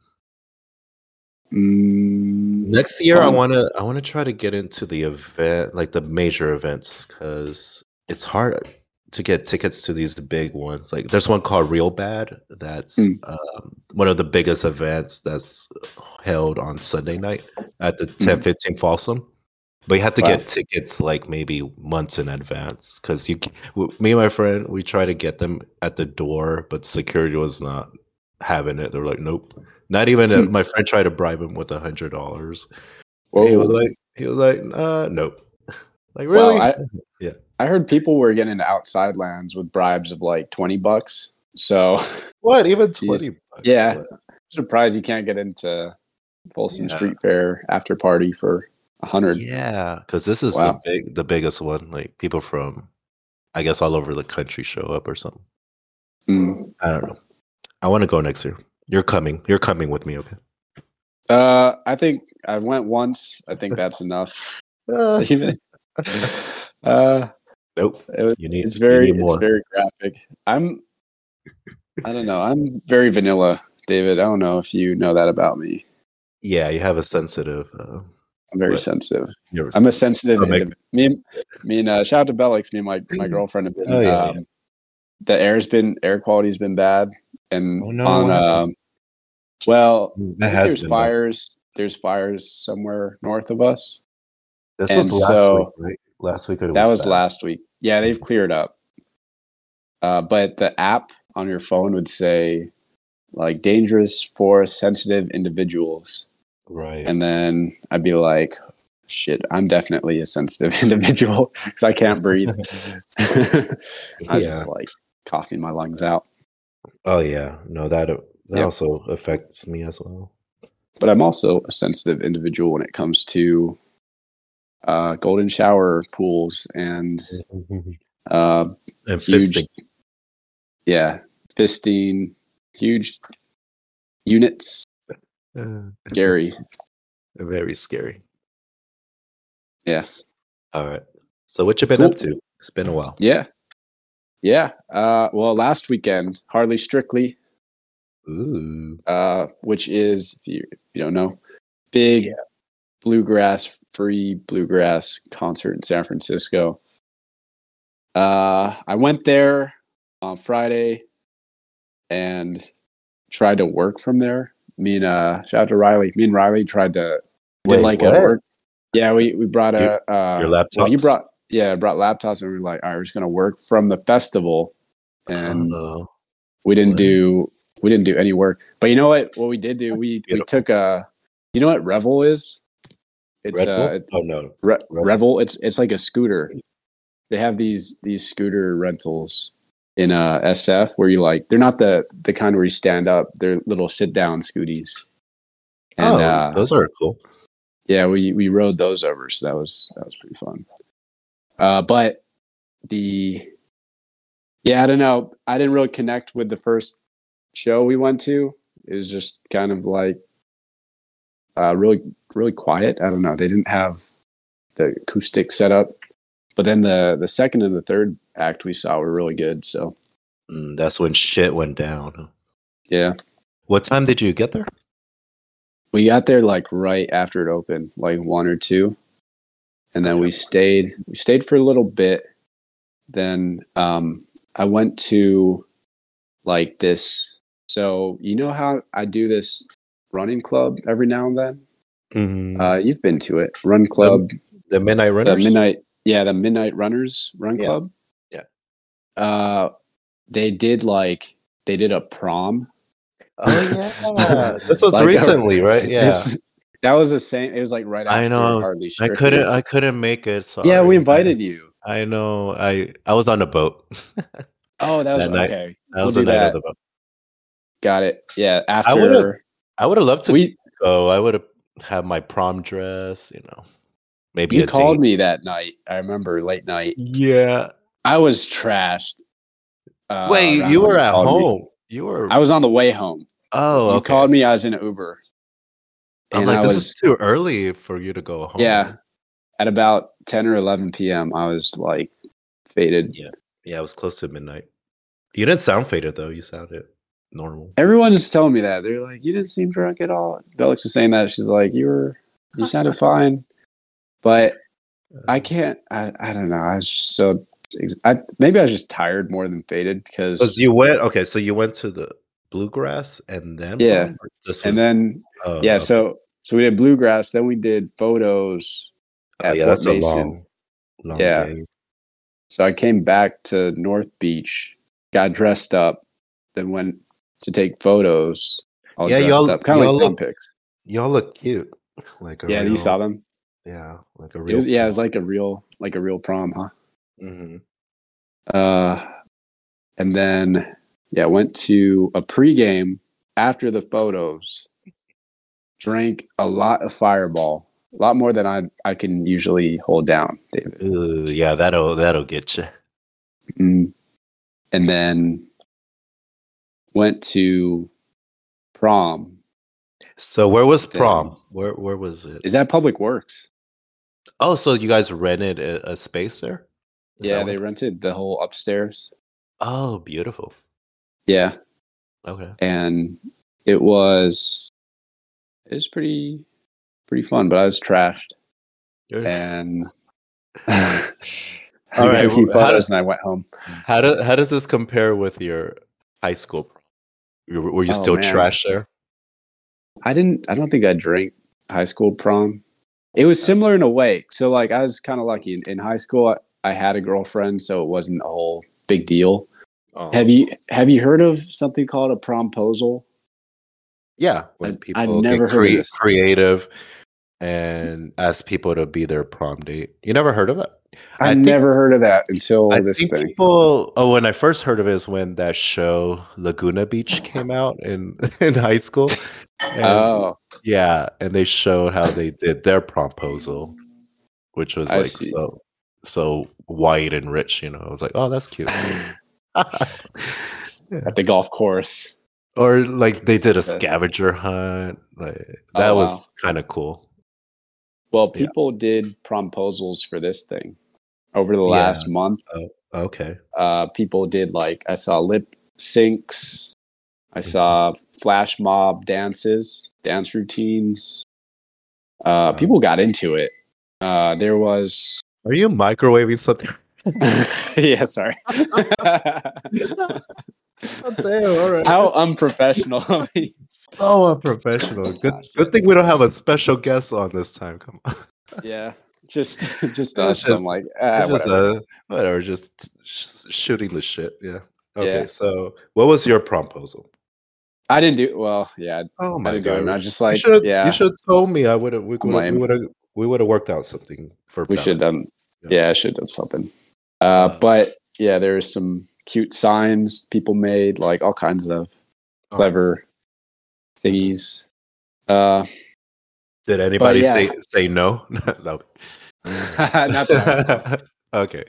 Speaker 1: Mm,
Speaker 2: Next year, I
Speaker 1: Fun.
Speaker 2: want to I want to try to get into the event, like the major events, because it's hard to get tickets to these big ones. Like there's one called Real Bad. That's
Speaker 1: Mm.
Speaker 2: um, one of the biggest events that's held on Sunday night at the 1015 Folsom. But you have to
Speaker 1: Hmm. Wow.
Speaker 2: get tickets like maybe months in advance because you, c- w- me and my friend, we try to get them at the door, but security was not having it. They were like, nope. Not even a,
Speaker 1: Hmm.
Speaker 2: my friend tried to bribe him with a hundred dollars.
Speaker 1: whoa.
Speaker 2: He was like, he was like, uh, nope. Like
Speaker 1: Oh. Wow,
Speaker 2: really?
Speaker 1: I,
Speaker 2: Yeah.
Speaker 1: I heard people were getting into outside lands with bribes of like twenty bucks. So I'm
Speaker 2: what? Even
Speaker 1: Jeez.
Speaker 2: twenty? Bucks?
Speaker 1: Yeah.
Speaker 2: What?
Speaker 1: surprised you can't get into Folsom
Speaker 2: Yeah.
Speaker 1: Street Fair after party for a hundred.
Speaker 2: Yeah, because this is
Speaker 1: Wow.
Speaker 2: the big, the biggest one. Like people from I guess all over the country show up or something.
Speaker 1: Mm.
Speaker 2: I don't know. I want to go next year. You're coming. You're coming with me, okay?
Speaker 1: Uh, I think I went once. I think that's enough.
Speaker 2: Uh,
Speaker 1: Even- uh,
Speaker 2: nope.
Speaker 1: it was,
Speaker 2: You need.
Speaker 1: it's very
Speaker 2: you need
Speaker 1: it's
Speaker 2: more.
Speaker 1: very graphic. I'm I don't know. I'm very vanilla, David. I don't know if you know that about me.
Speaker 2: yeah, you have a sensitive. Uh,
Speaker 1: I'm very
Speaker 2: What?
Speaker 1: sensitive.
Speaker 2: nervous-
Speaker 1: I'm a sensitive.
Speaker 2: Stomach.
Speaker 1: individ- Me, and, me and uh, shout out to Bellix. Me and my my girlfriend have been.
Speaker 2: Oh, yeah,
Speaker 1: um, The air's been air quality's been bad, and
Speaker 2: Oh, no,
Speaker 1: on
Speaker 2: what happened?
Speaker 1: um, well, I
Speaker 2: that
Speaker 1: think
Speaker 2: has
Speaker 1: there's
Speaker 2: been, uh, like,
Speaker 1: fires. There's fires somewhere north of us.
Speaker 2: This
Speaker 1: and
Speaker 2: was last
Speaker 1: so-
Speaker 2: week, right? Last week or the
Speaker 1: that
Speaker 2: week
Speaker 1: was
Speaker 2: back?
Speaker 1: last week. Yeah, they've cleared up. Uh, but the app on your phone would say like dangerous for sensitive individuals,
Speaker 2: Right.
Speaker 1: and then I'd be like, shit, I'm definitely a sensitive individual because I can't breathe. I
Speaker 2: yeah.
Speaker 1: just like coughing my lungs out.
Speaker 2: oh yeah. No, that that
Speaker 1: Yeah.
Speaker 2: also affects me as well.
Speaker 1: But I'm also a sensitive individual when it comes to uh, golden shower pools and uh,
Speaker 2: and
Speaker 1: huge,
Speaker 2: fisting.
Speaker 1: yeah, fisting, huge units.
Speaker 2: Uh,
Speaker 1: Scary.
Speaker 2: Very scary.
Speaker 1: Yeah.
Speaker 2: All right. So what you been up to? It's been a while.
Speaker 1: Yeah. Yeah. Uh, well, last weekend, Hardly Strictly,
Speaker 2: Ooh.
Speaker 1: uh, which is, if you, if you don't know, big
Speaker 2: Yeah.
Speaker 1: bluegrass, free bluegrass concert in San Francisco. Uh, I went there on Friday and tried to work from there. Me and uh, shout out to Riley. Me and Riley tried to we did
Speaker 2: Wait,
Speaker 1: like a
Speaker 2: what?
Speaker 1: work. Yeah, we we brought a uh,
Speaker 2: Your laptop.
Speaker 1: Well, you brought yeah, I brought laptops, and we were like, all right, we're just gonna work from the festival, and we didn't
Speaker 2: Right.
Speaker 1: do we didn't do any work. But you know what? What we did do, we we
Speaker 2: Beautiful.
Speaker 1: took a. You know what Revel is? It's
Speaker 2: Red Bull?
Speaker 1: uh, it's
Speaker 2: oh no.
Speaker 1: Re-
Speaker 2: Revel?
Speaker 1: Revel. It's it's like a scooter. They have these these scooter rentals in uh SF where you like they're not the the kind where you stand up. They're little sit down scooties. And,
Speaker 2: oh,
Speaker 1: uh,
Speaker 2: those are cool.
Speaker 1: yeah, we we rode those over, so that was that was pretty fun. Uh, but the yeah, I don't know. I didn't really connect with the first show we went to. It was just kind of like uh, really really quiet. I don't know. They didn't have the acoustic setup, but then the the second and the third act we saw were really good. So
Speaker 2: Mm, that's when shit went down.
Speaker 1: yeah,
Speaker 2: What time did you get there?
Speaker 1: we got there like right after it opened, like one or two, and then we stayed. We stayed for a little bit. Then um, I went to like this. So you know how I do this running club every now and then.
Speaker 2: Mm,
Speaker 1: Uh, you've been to it, run club,
Speaker 2: the midnight
Speaker 1: the
Speaker 2: runners.
Speaker 1: midnight. Yeah, the midnight runners run
Speaker 2: Yeah.
Speaker 1: club.
Speaker 2: Yeah.
Speaker 1: Uh, they did like they did a prom.
Speaker 2: Oh yeah, this was
Speaker 1: Like, uh,
Speaker 2: recently, right? Yeah,
Speaker 1: This- that was the same. It was like right
Speaker 2: I
Speaker 1: after.
Speaker 2: know.
Speaker 1: Hardly
Speaker 2: I
Speaker 1: Strictly.
Speaker 2: couldn't. I couldn't make it. Sorry.
Speaker 1: Yeah, we invited you.
Speaker 2: I know. I I was on a boat. that
Speaker 1: Oh, that was
Speaker 2: That night.
Speaker 1: okay.
Speaker 2: was
Speaker 1: We'll
Speaker 2: the
Speaker 1: do
Speaker 2: night
Speaker 1: that.
Speaker 2: of the boat.
Speaker 1: Got it. Yeah,
Speaker 2: would've-
Speaker 1: after
Speaker 2: I would have loved to
Speaker 1: we,
Speaker 2: go. I would have had my prom dress. You know, maybe
Speaker 1: you
Speaker 2: a
Speaker 1: called
Speaker 2: date.
Speaker 1: me that night. I remember late night.
Speaker 2: Yeah.
Speaker 1: I was trashed. Uh,
Speaker 2: Wait,
Speaker 1: around
Speaker 2: you
Speaker 1: when
Speaker 2: were at
Speaker 1: called me.
Speaker 2: home. You were.
Speaker 1: I was on the way home.
Speaker 2: oh,
Speaker 1: you
Speaker 2: okay.
Speaker 1: called me. I was in an Uber.
Speaker 2: I'm
Speaker 1: and
Speaker 2: like,
Speaker 1: I
Speaker 2: this
Speaker 1: was-
Speaker 2: is too early for you to go home.
Speaker 1: Yeah, at about ten or eleven p.m. I was like faded.
Speaker 2: Yeah, it was close to midnight. You didn't sound faded though. You sounded normal.
Speaker 1: Everyone's telling me that they're like, "You didn't seem drunk at all." Belix was saying that she's like, "You were, you sounded fine," but
Speaker 2: Um,
Speaker 1: I can't. I, I don't know. I was just so. ex- I maybe I was just tired more than faded
Speaker 2: Because
Speaker 1: because.
Speaker 2: you went okay, so you went to the bluegrass and then
Speaker 1: Yeah.
Speaker 2: prom, or this
Speaker 1: And
Speaker 2: was-
Speaker 1: then
Speaker 2: oh,
Speaker 1: yeah,
Speaker 2: okay.
Speaker 1: so so we did bluegrass. Then we did photos.
Speaker 2: Oh,
Speaker 1: at
Speaker 2: yeah,
Speaker 1: Fort
Speaker 2: that's a
Speaker 1: Mason.
Speaker 2: long, long
Speaker 1: Yeah.
Speaker 2: day.
Speaker 1: So I came back to North Beach, got dressed up, then went to take photos. All
Speaker 2: Yeah,
Speaker 1: dressed
Speaker 2: y'all-
Speaker 1: up, kind of
Speaker 2: y'all
Speaker 1: like prom
Speaker 2: look-
Speaker 1: pics.
Speaker 2: Y'all look cute. Like a
Speaker 1: Yeah,
Speaker 2: real,
Speaker 1: you saw them.
Speaker 2: Yeah, like a
Speaker 1: It
Speaker 2: real.
Speaker 1: was, yeah, it was like mm-hmm. a real like a real prom, huh?
Speaker 2: hmm
Speaker 1: Uh, and then yeah, went to a pregame after the photos. Drank a lot of Fireball, a lot more than I I can usually hold down, David.
Speaker 2: yeah, that'll that'll get you.
Speaker 1: Mm. And then went to prom.
Speaker 2: So where was
Speaker 1: Then-
Speaker 2: prom? Where where was it?
Speaker 1: Is that Public Works?
Speaker 2: Oh, so you guys rented a, a space there? Is
Speaker 1: yeah,
Speaker 2: that
Speaker 1: they
Speaker 2: what-
Speaker 1: rented the whole upstairs.
Speaker 2: Oh, beautiful.
Speaker 1: Yeah,
Speaker 2: Okay.
Speaker 1: and it was it was pretty pretty fun, but I was trashed
Speaker 2: You're-
Speaker 1: and I
Speaker 2: All
Speaker 1: got
Speaker 2: right,
Speaker 1: a few
Speaker 2: well, how
Speaker 1: photos and I went home.
Speaker 2: How do, how does this compare with your high school? prom? You- Were you
Speaker 1: Oh,
Speaker 2: still
Speaker 1: man.
Speaker 2: trash there?
Speaker 1: I didn't. I don't think I drank high school prom. It was similar in a way. So like I was kind of lucky in, in high school. I, I had a girlfriend, so it wasn't a whole big deal.
Speaker 2: Oh.
Speaker 1: Have you have you heard of something called a promposal?
Speaker 2: Yeah, when
Speaker 1: I- I've
Speaker 2: people get
Speaker 1: never heard of
Speaker 2: crea-
Speaker 1: this. Mm.
Speaker 2: creative and ask people to be their prom date. You never heard of it? I
Speaker 1: I,
Speaker 2: think-
Speaker 1: never heard of that until
Speaker 2: I
Speaker 1: this
Speaker 2: think
Speaker 1: thing.
Speaker 2: people. Oh, when I first heard of it is when that show Laguna Beach came out in in high school. And,
Speaker 1: Oh,
Speaker 2: yeah, and they showed how they did their promposal, which was
Speaker 1: I
Speaker 2: like
Speaker 1: see.
Speaker 2: so so white and rich. You know, I was like, oh, that's cute.
Speaker 1: at the golf course.
Speaker 2: or like they did a
Speaker 1: Okay.
Speaker 2: scavenger hunt. Like that
Speaker 1: Oh,
Speaker 2: was
Speaker 1: wow.
Speaker 2: kind of cool.
Speaker 1: Well,
Speaker 2: Yeah.
Speaker 1: people did promposals for this thing over the
Speaker 2: Yeah.
Speaker 1: last month.
Speaker 2: Okay.
Speaker 1: Uh, people did like I saw lip syncs. I
Speaker 2: Mm-hmm.
Speaker 1: saw flash mob dances, dance routines. Uh,
Speaker 2: Wow.
Speaker 1: People got into it. Uh, there was,
Speaker 2: Are you microwaving something?
Speaker 1: yeah, sorry.
Speaker 2: damn, all right. Oh,
Speaker 1: How unprofessional of me.
Speaker 2: so unprofessional. Good, good thing we don't have a special guest on this time. Come on.
Speaker 1: Yeah, just just
Speaker 2: It's
Speaker 1: us.
Speaker 2: just-
Speaker 1: I'm like, ah,
Speaker 2: just,
Speaker 1: whatever.
Speaker 2: uh, whatever. Just sh- shooting the shit. Yeah. Okay.
Speaker 1: Yeah.
Speaker 2: So, what was your promposal?
Speaker 1: I didn't do well. Yeah,
Speaker 2: Oh
Speaker 1: I
Speaker 2: my
Speaker 1: didn't do it.
Speaker 2: god.
Speaker 1: I was just like,
Speaker 2: you should
Speaker 1: yeah,
Speaker 2: you should have told me. I would have. We would have.
Speaker 1: lame.
Speaker 2: We would have. We would have worked out something for.
Speaker 1: we should have
Speaker 2: Valentine's.
Speaker 1: done.
Speaker 2: Yeah.
Speaker 1: Yeah, I should have done something. Uh,
Speaker 2: Uh,
Speaker 1: but yeah, there was some cute signs people made, like all kinds of
Speaker 2: Oh.
Speaker 1: clever thingies. Uh,
Speaker 2: Did anybody
Speaker 1: yeah.
Speaker 2: say say no? no.
Speaker 1: not that I saw.
Speaker 2: okay.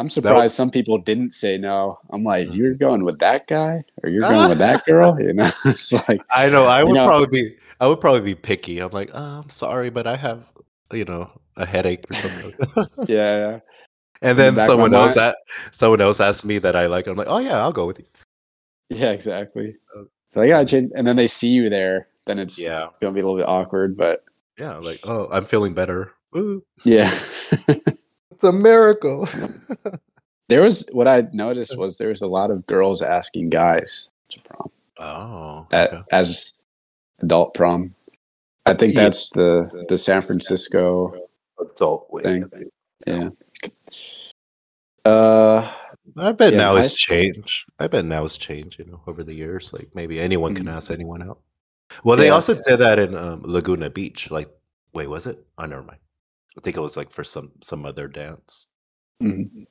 Speaker 1: I'm surprised some people didn't say no. I'm like,
Speaker 2: Mhm.
Speaker 1: you're going with that guy, or you're going with that girl. You know, it's like,
Speaker 2: I know. I
Speaker 1: You
Speaker 2: would
Speaker 1: know-
Speaker 2: probably be. I would probably be picky. I'm like, oh, I'm sorry, but I have, you know, a headache or something.
Speaker 1: yeah, yeah.
Speaker 2: and
Speaker 1: the
Speaker 2: then
Speaker 1: back of my
Speaker 2: someone else that someone else asked me that I like. I'm like, oh yeah, I'll go with you.
Speaker 1: Yeah, exactly.
Speaker 2: Uh,
Speaker 1: They're like, "Ah, Jin-" and then they see you there, then it's
Speaker 2: Yeah,
Speaker 1: gonna be a little bit awkward, but
Speaker 2: yeah. Like, oh, I'm feeling better. Woo,
Speaker 1: yeah.
Speaker 2: it's a miracle.
Speaker 1: there was what I noticed was there was a lot of girls asking guys to prom
Speaker 2: oh,
Speaker 1: at,
Speaker 2: okay.
Speaker 1: as adult prom. I think
Speaker 2: Yeah.
Speaker 1: that's the the San Francisco
Speaker 2: adult way.
Speaker 1: thing. Yeah. Uh,
Speaker 2: I bet
Speaker 1: Yeah,
Speaker 2: now
Speaker 1: high
Speaker 2: it's
Speaker 1: school.
Speaker 2: changed. I bet now it's changed, you know, over the years. Like maybe anyone can
Speaker 1: Mhm.
Speaker 2: ask anyone out. Well, they
Speaker 1: Yeah.
Speaker 2: also did that in um, Laguna Beach. Like, wait, was it? Oh, never mind. I think it was like for some some other dance.
Speaker 1: Mhm.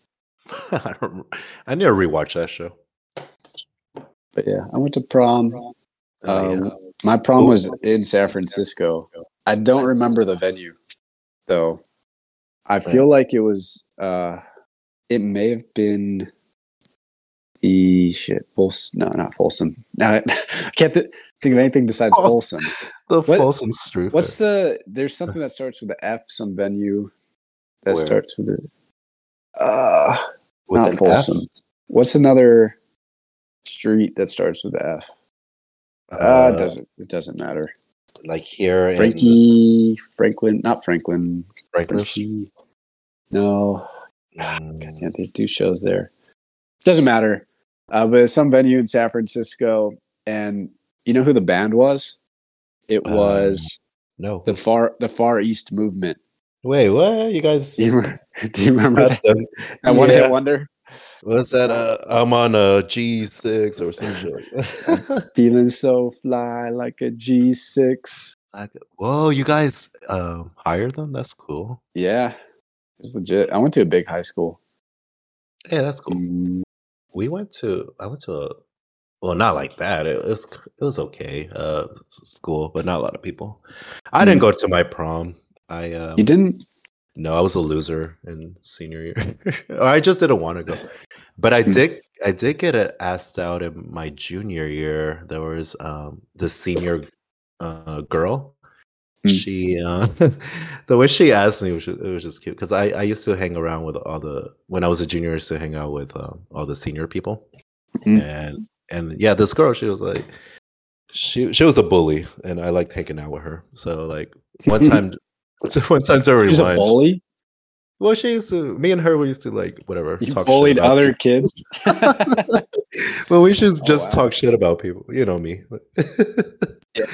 Speaker 2: I don't. Remember. I need to rewatch that show.
Speaker 1: but yeah, I went to prom.
Speaker 2: Oh,
Speaker 1: Um,
Speaker 2: yeah.
Speaker 1: My prom
Speaker 2: Cool.
Speaker 1: was in San Francisco. I don't remember the venue though. I feel like it was uh it may have been the shit Folsom. No, not Folsom. No, I can't th- think of anything besides
Speaker 2: Fol-
Speaker 1: Folsom.
Speaker 2: The
Speaker 1: what-
Speaker 2: Folsom Street.
Speaker 1: What's the there's something that starts with the F some venue that
Speaker 2: Where?
Speaker 1: starts with the uh
Speaker 2: With
Speaker 1: not
Speaker 2: an F?
Speaker 1: Folsom. What's another street that starts with the F?
Speaker 2: Uh,
Speaker 1: Uh, it doesn't it doesn't matter.
Speaker 2: like here in
Speaker 1: Frankie Franklin, not Franklin.
Speaker 2: Franklin's.
Speaker 1: Frankie. Ah, No,
Speaker 2: Mm,
Speaker 1: yeah, they do shows there. Doesn't matter. Uh, but it's some venue in San Francisco, and you know who the band was? It
Speaker 2: Um,
Speaker 1: was
Speaker 2: no.
Speaker 1: the far the Far East Movement.
Speaker 2: Wait, what? You guys?
Speaker 1: Do you, rem- do you remember that? that one
Speaker 2: Yeah.
Speaker 1: hit wonder?
Speaker 2: What's that? Uh, I'm on a G6 or some shit. like that.
Speaker 1: Feeling so fly like a G six.
Speaker 2: Like, Whoa, you guys um, hire them? That's cool.
Speaker 1: Yeah, it's legit. I went to a big high school.
Speaker 2: Yeah, that's cool.
Speaker 1: Mm,
Speaker 2: We went to I went to a well, not like that. It was c- it was okay uh, s- school, but not a lot of people. I didn't
Speaker 1: Mm.
Speaker 2: go to my prom. I um,
Speaker 1: You didn't?
Speaker 2: No, I was a loser in senior year. I just didn't want to go. But I
Speaker 1: Hmm.
Speaker 2: did I did get it asked out in my junior year. There was um the senior uh girl.
Speaker 1: Hmm.
Speaker 2: She uh the way she asked me was just, it was just cute because I, I used to hang around with all the when I was a junior I used to hang out with um, all the senior people.
Speaker 1: Hmm.
Speaker 2: And and yeah, this girl, she was like she she was a bully and I liked hanging out with her. So like one time one time to
Speaker 1: She's a
Speaker 2: rewind.
Speaker 1: bully.
Speaker 2: Well, she used to. Me and her, we used to like whatever.
Speaker 1: You
Speaker 2: talk shit
Speaker 1: bullied
Speaker 2: about-
Speaker 1: other kids.
Speaker 2: well, we should
Speaker 1: Oh,
Speaker 2: just
Speaker 1: wow.
Speaker 2: talk shit about people. You know me.
Speaker 1: Yeah.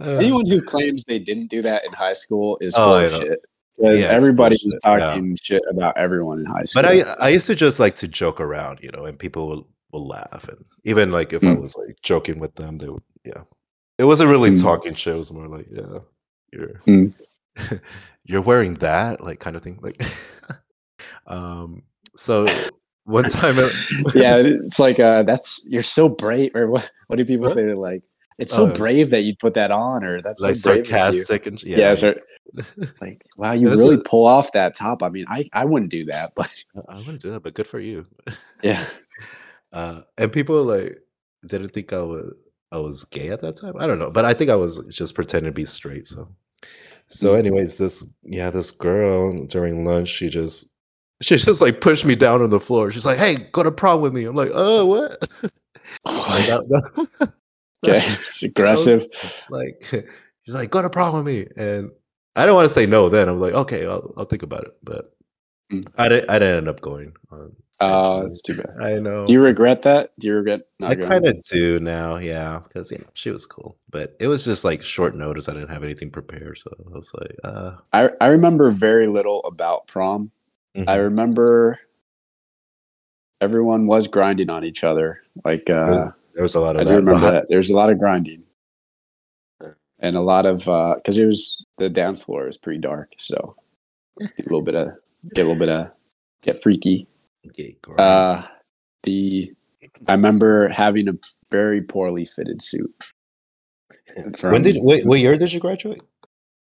Speaker 2: Uh,
Speaker 1: Anyone who claims they didn't do that in high school is
Speaker 2: Oh, I know.
Speaker 1: bullshit. Because
Speaker 2: Yeah, it's
Speaker 1: everybody was
Speaker 2: bullshit, yeah.
Speaker 1: talking shit about everyone in high school.
Speaker 2: but I, I used to just like to joke around, you know, and people will, will laugh, and even like if I
Speaker 1: Mm.
Speaker 2: was like joking with them, they would, yeah. It wasn't really
Speaker 1: Mm.
Speaker 2: talking shit. It was more like, yeah, you're,
Speaker 1: Mm.
Speaker 2: you're wearing that, like kind of thing, like. um. So one time, uh,
Speaker 1: yeah, it's like uh, that's you're so brave. Or what? What do people
Speaker 2: What?
Speaker 1: say? They're like, it's so
Speaker 2: Oh.
Speaker 1: brave that you put that on, or that's
Speaker 2: like
Speaker 1: so brave of you.
Speaker 2: sarcastic and
Speaker 1: Yeah,
Speaker 2: yeah,
Speaker 1: sir. like wow, you
Speaker 2: Yeah, this
Speaker 1: really
Speaker 2: is-
Speaker 1: pull off that top. I mean, I I wouldn't do that, but
Speaker 2: I wouldn't do that, but good for you.
Speaker 1: yeah,
Speaker 2: Uh, and people like didn't think I was I was gay at that time. I don't know, but I think I was just pretending to be straight. So, so
Speaker 1: Mm.
Speaker 2: anyways, this yeah, this girl during lunch, she just she just like pushed me down on the floor. She's like, "Hey, go to prom with me." I'm like, "Oh, what?" like, that, that-
Speaker 1: okay, it's aggressive.
Speaker 2: like she's like, "Go to prom with me," and I don't want to say no. Then I'm like, "Okay, I'll I'll think about it," but.
Speaker 1: Mm.
Speaker 2: I didn't. I didn't end up going. On
Speaker 1: Uh,
Speaker 2: actually.
Speaker 1: it's too bad.
Speaker 2: I know.
Speaker 1: Do you regret that? Do you regret not
Speaker 2: Oh. I
Speaker 1: going?
Speaker 2: kind of do now, yeah, because you know she was cool, but it was just like short notice. I didn't have anything prepared, so I was like, uh,
Speaker 1: I I remember very little about prom. I
Speaker 2: mhm.
Speaker 1: remember everyone was grinding on each other. Like uh,
Speaker 2: there was a lot
Speaker 1: I
Speaker 2: of
Speaker 1: do
Speaker 2: that.
Speaker 1: remember
Speaker 2: Behi-
Speaker 1: that. There's a lot of grinding, and a lot of because it was the dance floor is pretty dark, so get a little bit of get a little bit of get freaky.
Speaker 2: Okay, great.
Speaker 1: Uh, the I remember having a very poorly fitted suit uh, from,
Speaker 2: when did wait, what year did you graduate?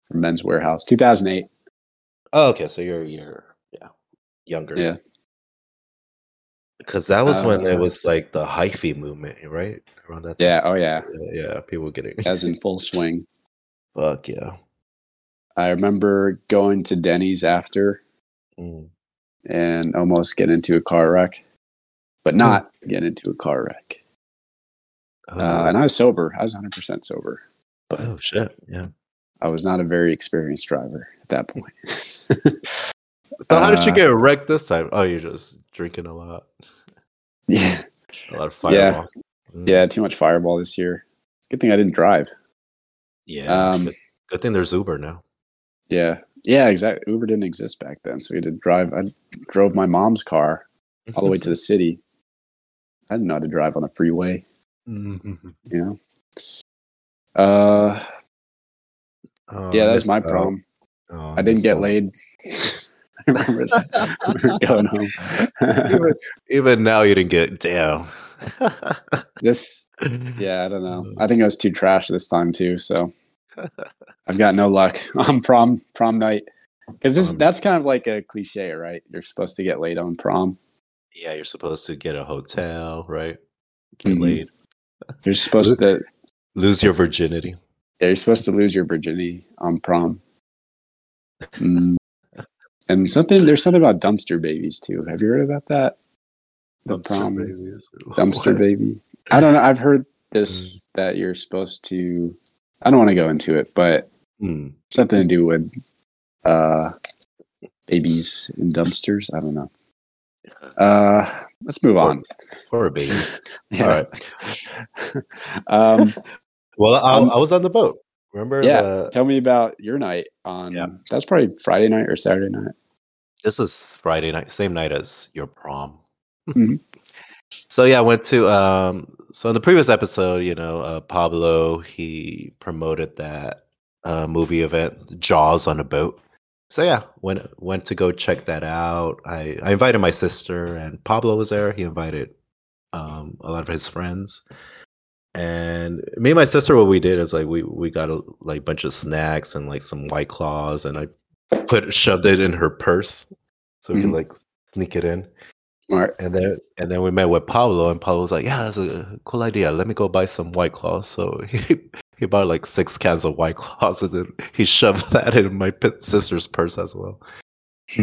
Speaker 1: from Men's Warehouse, 2008.
Speaker 2: Oh, okay, so you're you're yeah younger,
Speaker 1: Yeah.
Speaker 2: because that was when
Speaker 1: Uh,
Speaker 2: it was like the hyphy movement, right? Around that,
Speaker 1: Yeah, oh yeah,
Speaker 2: time. yeah, yeah, people getting
Speaker 1: as in full swing.
Speaker 2: fuck yeah.
Speaker 1: I remember going to Denny's after
Speaker 2: Mm.
Speaker 1: and almost get into a car wreck,
Speaker 2: Hmm.
Speaker 1: but not get into a car wreck.
Speaker 2: Uh-huh.
Speaker 1: Uh, and I was sober. I was 100% sober.
Speaker 2: oh, oh shit, yeah.
Speaker 1: I was not a very experienced driver at that point.
Speaker 2: So how did you
Speaker 1: Uh,
Speaker 2: get wrecked this time? Oh, you're just drinking a lot,
Speaker 1: yeah,
Speaker 2: a lot of
Speaker 1: Yeah.
Speaker 2: fireball. Mm.
Speaker 1: yeah, too much fireball this year. Good thing I didn't drive.
Speaker 2: Yeah.
Speaker 1: Um,
Speaker 2: good, good thing there's Uber now.
Speaker 1: yeah, yeah, exactly. Uber didn't exist back then, so we had to drive. I drove my mom's car all the way to the city. I didn't know how to drive on the freeway.
Speaker 2: Mhm.
Speaker 1: You know. Uh,
Speaker 2: Oh,
Speaker 1: yeah,
Speaker 2: I
Speaker 1: that's my
Speaker 2: missed out.
Speaker 1: problem.
Speaker 2: Oh,
Speaker 1: I didn't
Speaker 2: missed
Speaker 1: get
Speaker 2: out.
Speaker 1: laid. I remember that. I remember going home.
Speaker 2: even, even now, you didn't get. Damn.
Speaker 1: this, yeah, I don't know. I think I was too trash this time too. So I've got no luck on prom prom night because this
Speaker 2: Um,
Speaker 1: that's kind of like a cliche, right? You're supposed to get laid on prom.
Speaker 2: Yeah, you're supposed to get a hotel, right? Get
Speaker 1: Mhm.
Speaker 2: laid.
Speaker 1: You're supposed to
Speaker 2: Lose your virginity.
Speaker 1: yeah, you're supposed to lose your virginity on prom. Mm. And something there's something about dumpster babies too. Have you heard about that? The prom.
Speaker 2: babies.
Speaker 1: dumpster
Speaker 2: What? Mm.
Speaker 1: baby. I don't know. I've heard this that you're supposed to. I don't want to go into it, but
Speaker 2: Mm.
Speaker 1: something to do with uh, babies and dumpsters. I don't know. Uh, let's move on.
Speaker 2: Poor baby.
Speaker 1: Yeah.
Speaker 2: All right.
Speaker 1: um,
Speaker 2: Well, I,
Speaker 1: Um,
Speaker 2: I was on the boat. Remember?
Speaker 1: yeah.
Speaker 2: the-
Speaker 1: tell me about your night on.
Speaker 2: Yeah.
Speaker 1: That's probably Friday night or Saturday night.
Speaker 2: this was Friday night, same night as your prom.
Speaker 1: Mhm.
Speaker 2: So yeah, I went to um so in the previous episode, you know, uh, Pablo he promoted that uh, movie event Jaws on a boat. So yeah, went went to go check that out. I I invited my sister and Pablo was there. He invited um a lot of his friends. And me and my sister, what we did is like we we got a like bunch of snacks and like some white claws, and I put shoved it in her purse so we
Speaker 1: Mhm.
Speaker 2: could like sneak it in.
Speaker 1: Alright.
Speaker 2: And then and then we met with Pablo, and Pablo was like, "Yeah, that's a cool idea. Let me go buy some White Claws." So he he bought like six cans of White Claws, and then he shoved that in my p- sister's purse as well.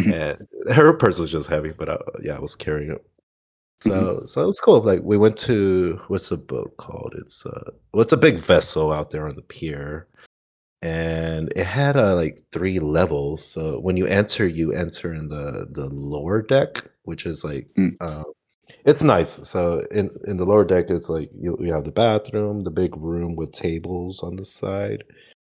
Speaker 2: and her purse was just heavy, but I, yeah, I was carrying it. So so it was cool. Like we went to what's the boat called? It's uh, well, it's a big vessel out there on the pier, and it had uh, like three levels. So when you enter, you enter in the the lower deck, which is like
Speaker 1: Mm.
Speaker 2: um, it's nice. So in in the lower deck, it's like you you have the bathroom, the big room with tables on the side,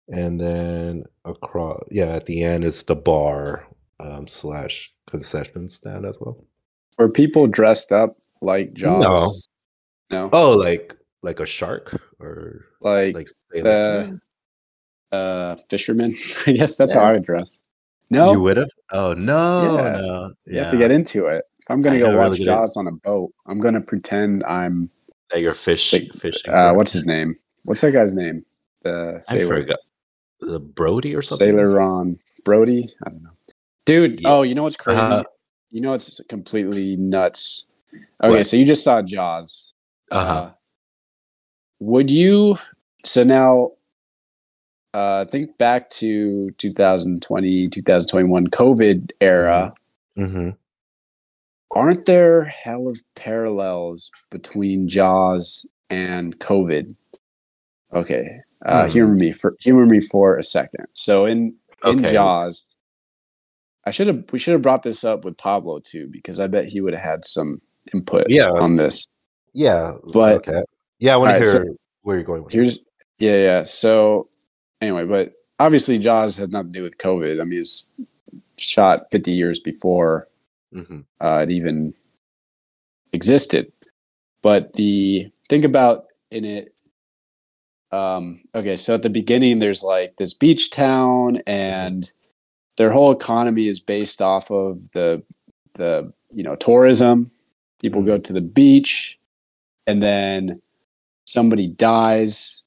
Speaker 2: and then across yeah at the end it's the bar um, slash concession stand as well.
Speaker 1: Were people dressed up like Jaws? No.
Speaker 2: Oh, like like a shark or
Speaker 1: like,
Speaker 2: like say, like,
Speaker 1: the- uh fishermen. I guess that's how
Speaker 2: Yeah.
Speaker 1: I would dress. No,
Speaker 2: you would have. Oh no,
Speaker 1: Yeah.
Speaker 2: no, yeah.
Speaker 1: you have to get into it. If I'm gonna
Speaker 2: I
Speaker 1: go
Speaker 2: know, really
Speaker 1: watch
Speaker 2: good.
Speaker 1: Jaws on a boat, I'm gonna pretend I'm
Speaker 2: That you're fish
Speaker 1: Like,
Speaker 2: fishing.
Speaker 1: uh
Speaker 2: for-
Speaker 1: what's his name? What's that guy's name? The
Speaker 2: I
Speaker 1: sailor
Speaker 2: forgot. The Brody or something.
Speaker 1: Sailor Ron Brody. I don't know. Dude,
Speaker 2: Yeah.
Speaker 1: oh, you know what's crazy?
Speaker 2: Uh-huh.
Speaker 1: You know it's completely nuts. Okay,
Speaker 2: What?
Speaker 1: so you just saw Jaws.
Speaker 2: Uh-huh.
Speaker 1: Uh, would you? So now, uh, think back to 2020, 2021 COVID era.
Speaker 2: hmm Mm-hmm.
Speaker 1: Aren't there hell of parallels between Jaws and COVID? Okay, uh,
Speaker 2: Hmm.
Speaker 1: humor me for humor me for a second. So in in
Speaker 2: Okay.
Speaker 1: Jaws, I should have we should have brought this up with Pablo too because I bet he would have had some input
Speaker 2: Yeah.
Speaker 1: on this.
Speaker 2: Yeah.
Speaker 1: But-
Speaker 2: okay. Yeah, I want
Speaker 1: Alright,
Speaker 2: to
Speaker 1: so-
Speaker 2: hear where you're going with
Speaker 1: Here's yeah, yeah. So anyway, but obviously Jaws has nothing to do with COVID. I mean, it's shot 50 years before
Speaker 2: hmm
Speaker 1: uh, it even existed. But the think about in it. Um, okay, so at the beginning, there's like this beach town, and their whole economy is based off of the the you know tourism. People go to the beach, and then somebody dies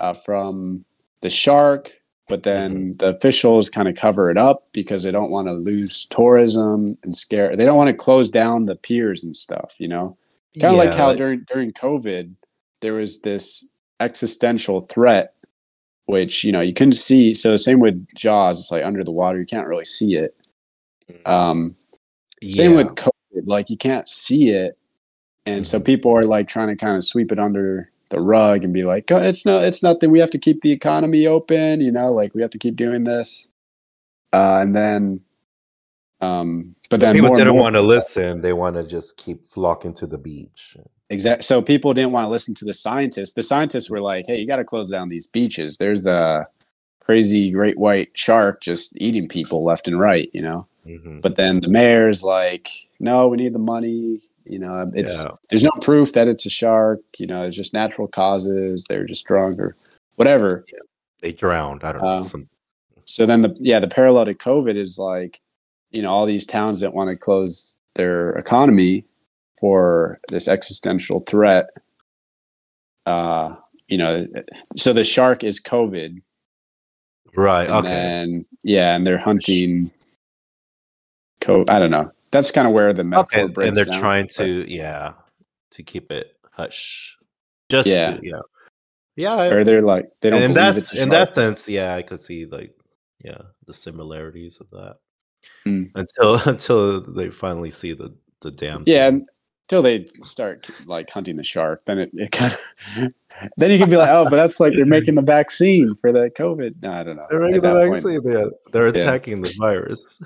Speaker 1: uh, from the shark. But then the officials kind of cover it up because they don't want to lose tourism and scare. They don't want to close down the piers and stuff. You know, kind of like how during during COVID there was this existential threat, which you know you couldn't see. So same with Jaws, it's like under the water, you can't really see it. Um, Same with COVID, like you can't see it, and so
Speaker 2: Mhm.
Speaker 1: people are like trying to kind of sweep it under the rug and be like, "Oh, it's not, it's nothing. We have to keep the economy open, you know, like we have to keep doing this. Uh, and then, um, but then
Speaker 2: people
Speaker 1: more and
Speaker 2: didn't
Speaker 1: more-
Speaker 2: want to listen. They want to just keep flocking to the beach.
Speaker 1: Exactly. So people didn't want to listen to the scientists. The scientists were like, "Hey, you got to close down these beaches. There's a crazy great white shark just eating people left and right, you know."
Speaker 2: Mm-hmm.
Speaker 1: But then the mayor's like, "No, we need the money. You know, it's
Speaker 2: yeah.
Speaker 1: there's no proof that it's a shark. You know, it's just natural causes. They're just drunk or whatever."
Speaker 2: They drowned. I don't
Speaker 1: Uh,
Speaker 2: know. Some,
Speaker 1: so then the yeah the parallel to covid is like you know all these towns that want to close their economy for this existential threat uh you know so the shark is covid
Speaker 2: right.
Speaker 1: and
Speaker 2: Okay.
Speaker 1: then yeah and they're hunting co i don't know that's kind of where the metaphor
Speaker 2: okay.
Speaker 1: breaks
Speaker 2: And they're
Speaker 1: down.
Speaker 2: trying to, yeah, to keep it hush. Just
Speaker 1: Yeah.
Speaker 2: to, yeah. Yeah. I-
Speaker 1: or they're like they don't
Speaker 2: in
Speaker 1: believe
Speaker 2: that
Speaker 1: it's a shark.
Speaker 2: in that sense, yeah, I could see like yeah the similarities of that
Speaker 1: Mm.
Speaker 2: until until they finally see the the damn
Speaker 1: Yeah,
Speaker 2: thing.
Speaker 1: and until they start like hunting the shark, then it, it kind of then you can be like, oh, but that's like they're making the vaccine for the COVID. No, I don't know.
Speaker 2: They're
Speaker 1: At
Speaker 2: making the
Speaker 1: that point-
Speaker 2: vaccine. They're, they're
Speaker 1: Yeah.
Speaker 2: attacking the virus.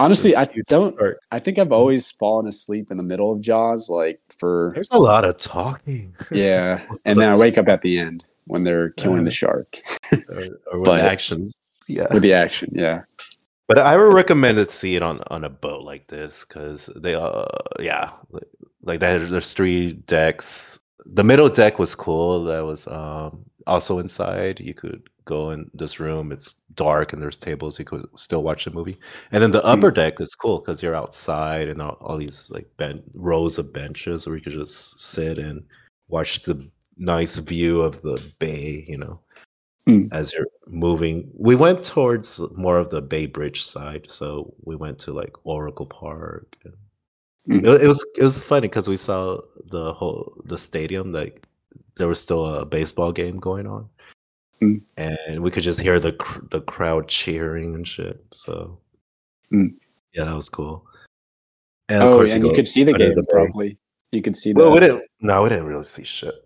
Speaker 1: Honestly,
Speaker 2: This
Speaker 1: I
Speaker 2: huge
Speaker 1: don't.
Speaker 2: shark.
Speaker 1: I think I've always fallen asleep in the middle of Jaws, like for
Speaker 2: There's a lot of talking.
Speaker 1: yeah,
Speaker 2: What's
Speaker 1: and then I
Speaker 2: up?
Speaker 1: wake up at the end when they're killing
Speaker 2: Uh-huh.
Speaker 1: the shark
Speaker 2: or, or with
Speaker 1: But-
Speaker 2: actions. Yeah.
Speaker 1: with the action. Yeah,
Speaker 2: But I would recommend to see it on on a boat like this because they uh yeah like, like that there's three decks. The middle deck was cool. That was um also inside. You could go in this room. It's dark and there's tables. You could still watch the movie. And then the upper deck is cool because you're outside and all, all these like ben- rows of benches where you could just sit and watch the nice view of the bay. You know.
Speaker 1: Mm.
Speaker 2: as you're moving. We went towards more of the Bay Bridge side, so we went to like Oracle Park.
Speaker 1: Mm.
Speaker 2: It, wa- it was it was funny because we saw the whole the stadium like there was still a baseball game going on,
Speaker 1: Mm.
Speaker 2: and we could just hear the cr- the crowd cheering and shit. So
Speaker 1: Mm.
Speaker 2: yeah, that was cool. And
Speaker 1: oh, and you,
Speaker 2: go
Speaker 1: could see the
Speaker 2: under
Speaker 1: game
Speaker 2: the bridge.
Speaker 1: probably. You could see the.
Speaker 2: Well, we didn't. No, we didn't really see shit.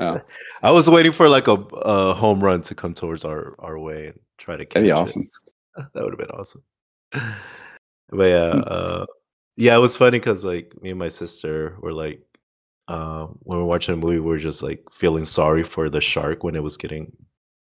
Speaker 1: Oh.
Speaker 2: I was waiting for like a, a home run to come towards our, our way and try to catch
Speaker 1: That'd be
Speaker 2: it.
Speaker 1: awesome.
Speaker 2: That would have been awesome. But yeah, uh, yeah, it was funny because like me and my sister were like, uh, when we were watching a movie, we were just like feeling sorry for the shark when it was getting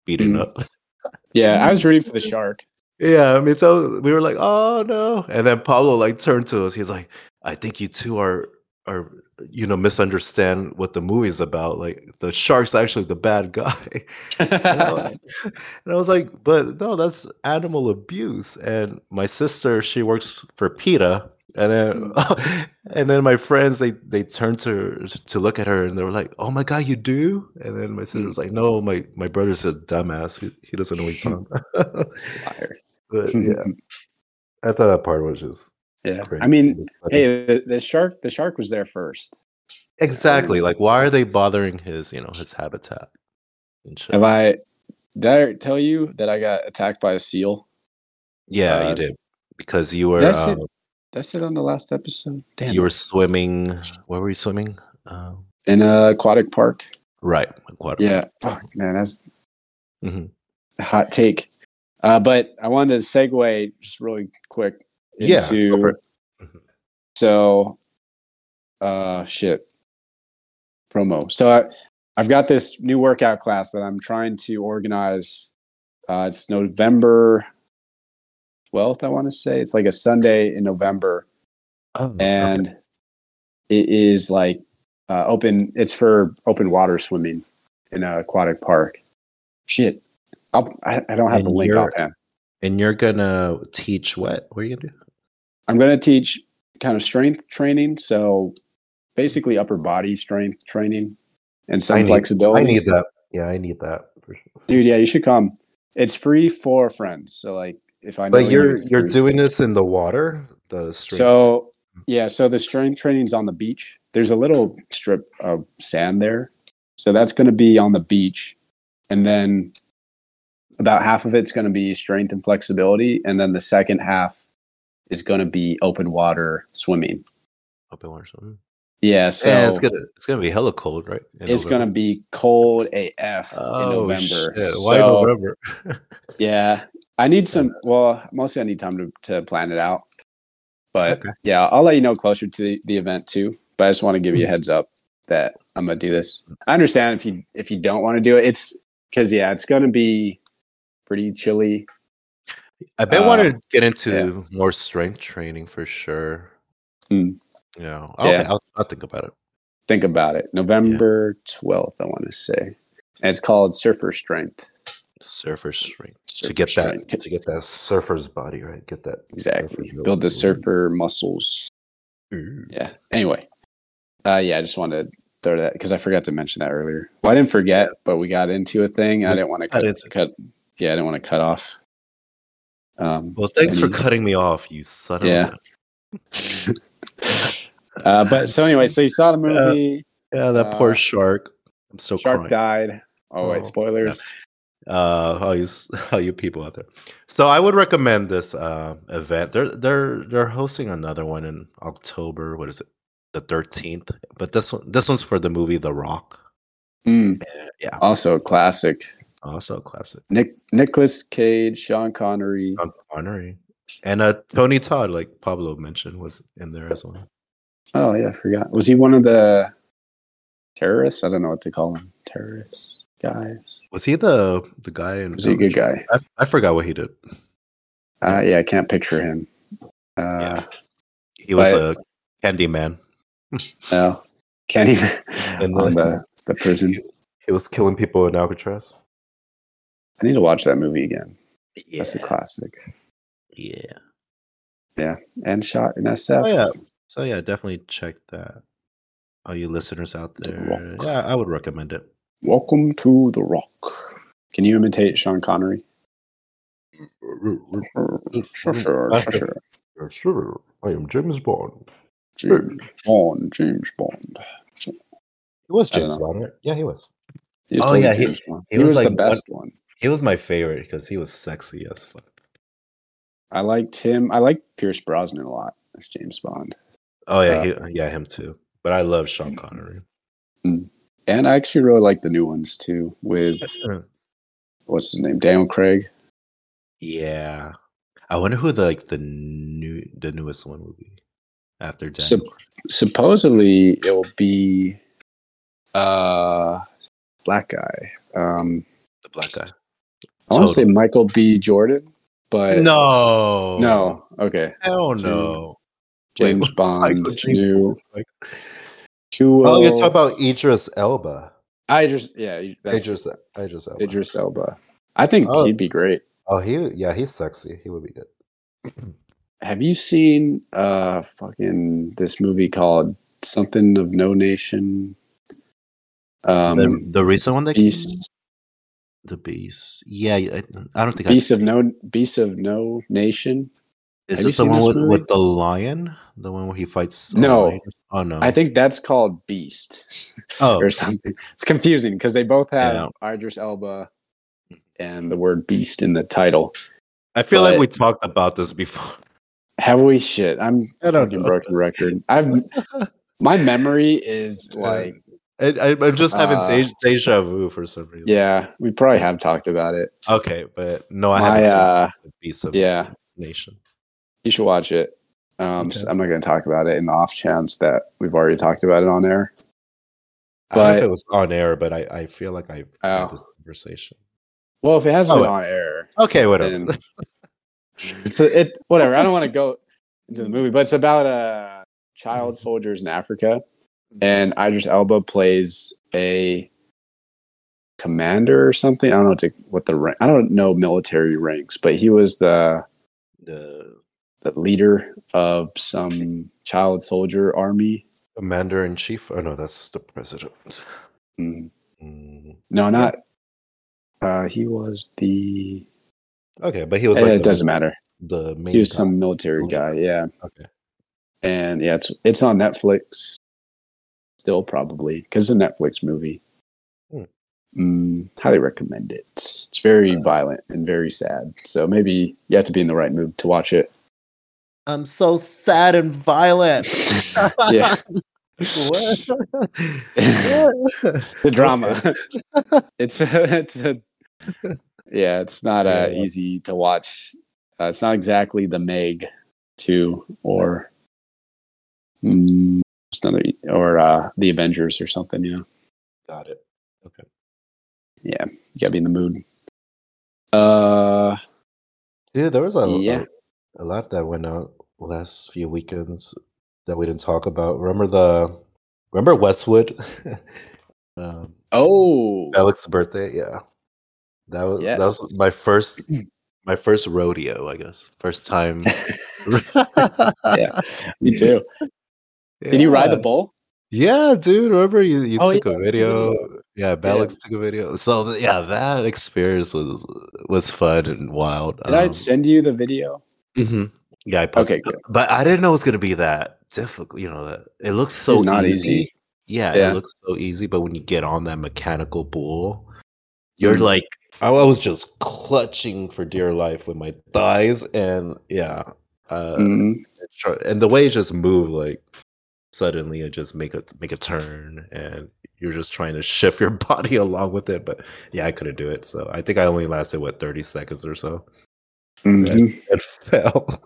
Speaker 2: beaten
Speaker 1: Mhm.
Speaker 2: up.
Speaker 1: Yeah, I was rooting for the shark.
Speaker 2: Yeah, I mean, so we were like, "Oh no!" And then Pablo like turned to us. He's like, "I think you two are are you know misunderstand what the movie's about. Like the shark's actually the bad guy." And I, wa- and I was like, "But no, that's animal abuse." And my sister, she works for PETA, and then
Speaker 1: Mm-hmm.
Speaker 2: and then my friends they they turned to to look at her and they were like, "Oh my god, you do?" And then my sister
Speaker 1: Mm.
Speaker 2: was like, "No, my my brother's a dumbass. He, he doesn't know what he's talking about."
Speaker 1: Liar.
Speaker 2: But yeah, I thought that part was just
Speaker 1: yeah.
Speaker 2: great.
Speaker 1: I mean,
Speaker 2: It's funny.
Speaker 1: hey, the, the shark. The shark was there first.
Speaker 2: exactly. Like, why are they bothering his, you know, his habitat and shit?
Speaker 1: Have I? Did I tell you that I got attacked by a seal?
Speaker 2: yeah,
Speaker 1: uh,
Speaker 2: you did because you were
Speaker 1: that's it.
Speaker 2: um,
Speaker 1: That's it on the last episode. Damn.
Speaker 2: you
Speaker 1: it.
Speaker 2: were swimming. Where were you swimming? Um,
Speaker 1: in a aquatic park.
Speaker 2: right, aquatic.
Speaker 1: Yeah. Fuck, man, that's
Speaker 2: Mhm.
Speaker 1: a hot take. Uh, but I wanted to segue just really quick
Speaker 2: Yeah,
Speaker 1: into Mm-hmm.
Speaker 2: go for it. Mhm.
Speaker 1: so uh shit promo. So I, I've got this new workout class that I'm trying to organize. Uh, it's November 12th, I want to say. It's like a Sunday in November.
Speaker 2: Oh, okay.
Speaker 1: and it is like uh, open. It's for open water swimming in an aquatic park. Shit, I'll, I, I don't have the
Speaker 2: And
Speaker 1: link
Speaker 2: you're-
Speaker 1: offhand.
Speaker 2: and you're gonna teach what? What are you gonna do?
Speaker 1: I'm going to teach kind of strength training, so basically upper body strength training and some
Speaker 2: I need-
Speaker 1: flexibility.
Speaker 2: I need that. Yeah, I need that. For sure.
Speaker 1: Dude, yeah, you should come. It's free for friends. So like, if I know
Speaker 2: But
Speaker 1: you,
Speaker 2: you're
Speaker 1: it's
Speaker 2: you're
Speaker 1: free.
Speaker 2: doing this in the water, the stream.
Speaker 1: So yeah, so the strength training's on the beach. There's a little strip of sand there. So that's going to be on the beach. And then about half of it's going to be strength and flexibility and then the second half is going to be open water swimming.
Speaker 2: open water. swimming.
Speaker 1: Yeah, so
Speaker 2: yeah, it's
Speaker 1: it's,
Speaker 2: gonna it's gonna be hella cold, right? in November?
Speaker 1: going to be cold AF in
Speaker 2: Oh,
Speaker 1: November.
Speaker 2: shit. Why
Speaker 1: So,
Speaker 2: November?
Speaker 1: Yeah. I need some
Speaker 2: Uh,
Speaker 1: well, mostly I need time to, to plan it out. But
Speaker 2: Okay.
Speaker 1: yeah, I'll let you know closer to the, the event too. But I just want to give you a heads up that I'm gonna do this. I understand if you if you don't want to do it. It's because yeah, it's gonna be pretty chilly.
Speaker 2: I've been
Speaker 1: Uh,
Speaker 2: wanting to get into more strength training for sure.
Speaker 1: Mm.
Speaker 2: Yeah, I'll,
Speaker 1: Yeah.
Speaker 2: I'll, I'll think about it.
Speaker 1: Think about it. November twelfth, I want to say. And it's called Surfer Strength.
Speaker 2: Surfer strength
Speaker 1: Surfer
Speaker 2: to get
Speaker 1: strength.
Speaker 2: that to get that surfer's body right. Get that
Speaker 1: Exactly.
Speaker 2: surfer's
Speaker 1: Build the
Speaker 2: ability.
Speaker 1: surfer muscles.
Speaker 2: Ooh.
Speaker 1: Yeah. Anyway, uh, yeah, I just wanted to throw that because I forgot to mention that earlier. Well, I didn't forget, but we got into a thing. I
Speaker 2: We
Speaker 1: didn't want to
Speaker 2: got
Speaker 1: cut,
Speaker 2: into-
Speaker 1: cut. Yeah, I didn't want to cut off. Um,
Speaker 2: Well, thanks for
Speaker 1: Any-
Speaker 2: cutting me off, you son of
Speaker 1: Yeah.
Speaker 2: a.
Speaker 1: uh, but so anyway, so you saw
Speaker 2: Uh,
Speaker 1: the movie.
Speaker 2: Yeah, that
Speaker 1: Uh,
Speaker 2: poor shark. I'm still
Speaker 1: Shark
Speaker 2: crying.
Speaker 1: died. Oh
Speaker 2: Oh,
Speaker 1: wait, spoilers.
Speaker 2: uh all you s- all you people out there so i would recommend this uh event they're they're they're hosting another one in october what is it the 13th but this one this one's for the movie the rock
Speaker 1: Mm,
Speaker 2: yeah
Speaker 1: also a classic.
Speaker 2: also a classic
Speaker 1: Nick Nicholas Cage, Sean Connery.
Speaker 2: Sean Connery. and uh tony todd like pablo mentioned was in there as well
Speaker 1: Oh yeah, I forgot. Was he one of the terrorists? I don't know what to call him. Terrorists guys.
Speaker 2: was he the the guy in
Speaker 1: Was he a good guy?
Speaker 2: I, I forgot what he did
Speaker 1: Uh, yeah, I can't picture him. Uh,
Speaker 2: Yeah. he was
Speaker 1: But-
Speaker 2: a candy man
Speaker 1: No, can't even
Speaker 2: in
Speaker 1: on the, the prison.
Speaker 2: he was killing people in alcatraz
Speaker 1: I need to watch that movie again.
Speaker 2: yeah
Speaker 1: That's a classic.
Speaker 2: yeah
Speaker 1: And shot in SF.
Speaker 2: Oh, yeah. So yeah, definitely check that. All you listeners out
Speaker 1: The
Speaker 2: there,
Speaker 1: Rock.
Speaker 2: yeah, I would recommend it.
Speaker 1: Welcome to the Rock. Can you imitate Sean Connery? Sure,
Speaker 2: Mm-hmm.
Speaker 1: sure, sure, sure.
Speaker 2: Sure, I am James Bond.
Speaker 1: James Bond, James Bond.
Speaker 2: It was
Speaker 1: I don't
Speaker 2: James
Speaker 1: know.
Speaker 2: Bond, right? Yeah, he was.
Speaker 1: He was
Speaker 2: Oh,
Speaker 1: totally
Speaker 2: yeah, he-
Speaker 1: James Bond.
Speaker 2: he
Speaker 1: He,
Speaker 2: was
Speaker 1: was, the
Speaker 2: like
Speaker 1: best one.
Speaker 2: He was my favorite because he was sexy as fuck.
Speaker 1: I liked him. I liked Pierce Brosnan a lot as James Bond.
Speaker 2: Oh yeah, he, yeah, him too. But I love Sean
Speaker 1: Mm-hmm.
Speaker 2: Connery.
Speaker 1: And I actually really like the new ones too, with what's his name? Daniel Craig.
Speaker 2: Yeah, I wonder who the like the new the newest one will be after Dan.
Speaker 1: Sup- Supposedly it will be uh black guy. Um
Speaker 2: the black guy.
Speaker 1: I want to say
Speaker 2: Totally.
Speaker 1: Michael B. Jordan, but
Speaker 2: no,
Speaker 1: no. Okay.
Speaker 2: hell
Speaker 1: James-
Speaker 2: no.
Speaker 1: James Bond
Speaker 2: Michael James
Speaker 1: new.
Speaker 2: Like-
Speaker 1: Who
Speaker 2: Oh, you're
Speaker 1: will-
Speaker 2: talking about Idris Elba.
Speaker 1: I just yeah, that's Idris,
Speaker 2: Idris, Idris Elba.
Speaker 1: Idris Elba. I think
Speaker 2: Oh.
Speaker 1: he'd be great.
Speaker 2: Oh, he yeah, he's sexy. He would be good.
Speaker 1: Have you seen uh fucking this movie called Something of No Nation? Um
Speaker 2: the, the recent one that came out?
Speaker 1: Beast
Speaker 2: the beast. Yeah, I, I don't think
Speaker 1: Beast of No Beast of No Nation.
Speaker 2: I is
Speaker 1: have you
Speaker 2: this the
Speaker 1: seen
Speaker 2: one
Speaker 1: this
Speaker 2: with,
Speaker 1: movie?
Speaker 2: with the lion, the one where he fights. a
Speaker 1: No.
Speaker 2: lion? oh no,
Speaker 1: I think that's called Beast
Speaker 2: oh
Speaker 1: or something. It's confusing because they both have
Speaker 2: Yeah. Mm-hmm.
Speaker 1: Idris Elba and the word beast in the title.
Speaker 2: I feel like
Speaker 1: but-
Speaker 2: we talked about this before.
Speaker 1: Have we shit? I'm
Speaker 2: I don't
Speaker 1: fucking
Speaker 2: know.
Speaker 1: broken record. I've my memory is like
Speaker 2: I, I, I'm just having
Speaker 1: Uh,
Speaker 2: de- deja vu for some reason.
Speaker 1: yeah, we probably have talked about it.
Speaker 2: Okay, but no, I
Speaker 1: My
Speaker 2: haven't seen
Speaker 1: uh
Speaker 2: the Beast of
Speaker 1: yeah,
Speaker 2: Nation.
Speaker 1: you should watch it. Um so
Speaker 2: Okay.
Speaker 1: I'm not gonna talk about it in the off chance that we've already talked about it on air.
Speaker 2: I don't know if
Speaker 1: But-
Speaker 2: it was on air, but I, I feel like I
Speaker 1: Oh.
Speaker 2: had this conversation.
Speaker 1: Well, if it has
Speaker 2: Oh,
Speaker 1: been
Speaker 2: well.
Speaker 1: on air,
Speaker 2: Okay, whatever.
Speaker 1: then it's it whatever. I don't want to go into
Speaker 2: Mm-hmm.
Speaker 1: the movie, but it's about uh child soldiers in Africa,
Speaker 2: Mm-hmm.
Speaker 1: and Idris Elba plays a commander or something. I don't know what, to, what the rank. I don't know military ranks, but he was the
Speaker 2: the
Speaker 1: the leader of some child soldier army.
Speaker 2: commander in chief. Oh no, that's the president.
Speaker 1: Mm,
Speaker 2: Mm,
Speaker 1: No, not. Uh, he was the.
Speaker 2: Okay, but he was
Speaker 1: eh,
Speaker 2: like
Speaker 1: it
Speaker 2: the,
Speaker 1: doesn't matter.
Speaker 2: the main.
Speaker 1: He was
Speaker 2: guy.
Speaker 1: some military guy. Yeah.
Speaker 2: Okay.
Speaker 1: and yeah, it's it's on Netflix still probably because it's a Netflix movie.
Speaker 2: Hmm.
Speaker 1: Mm, highly recommend it. It's very
Speaker 2: Uh.
Speaker 1: violent and very sad, so maybe you have to be in the right mood to watch it.
Speaker 2: I'm so sad and violent.
Speaker 1: yeah,
Speaker 2: what?
Speaker 1: it's a drama. it's a, it's a yeah, it's not uh,
Speaker 2: Yeah.
Speaker 1: easy to watch. Uh, it's not exactly the Meg, two or. Mm, just another or uh, the Avengers or something, you know.
Speaker 2: Got it.
Speaker 1: You gotta be in the mood. Uh,
Speaker 2: Dude, there was a, a-
Speaker 1: Yeah.
Speaker 2: a lot that went out last few weekends that we didn't talk about. Remember the remember Westwood? um,
Speaker 1: oh,
Speaker 2: Alex's birthday, yeah. That was that was
Speaker 1: Yes.
Speaker 2: my first my first rodeo, I guess. First time.
Speaker 1: Yeah. me too. Did you ride the
Speaker 2: Yeah.
Speaker 1: bull?
Speaker 2: Yeah, dude. Remember you, you
Speaker 1: Oh,
Speaker 2: took
Speaker 1: yeah,
Speaker 2: a
Speaker 1: I remember the
Speaker 2: video. Yeah, Balix took a video. So th- yeah, that experience was was fun and wild.
Speaker 1: Did I
Speaker 2: Um,
Speaker 1: send you the video? Mm-hmm.
Speaker 2: mhm. Yeah, I
Speaker 1: Okay,
Speaker 2: posted.
Speaker 1: good.
Speaker 2: But I didn't know it was gonna be that difficult. You know, that it looks so
Speaker 1: It's not easy.
Speaker 2: Yeah,
Speaker 1: Yeah.
Speaker 2: it looks so easy, but when you get on that mechanical bull, you're
Speaker 1: Mhm.
Speaker 2: like, I I was just clutching for dear life with my thighs, and yeah, uh,
Speaker 1: Mhm.
Speaker 2: Sure. And the way it just moved, like suddenly it just make a make a turn, and you're just trying to shift your body along with it. But yeah, I couldn't do it, so I think I only lasted what 30 seconds or so.
Speaker 1: Mhm.
Speaker 2: It fell.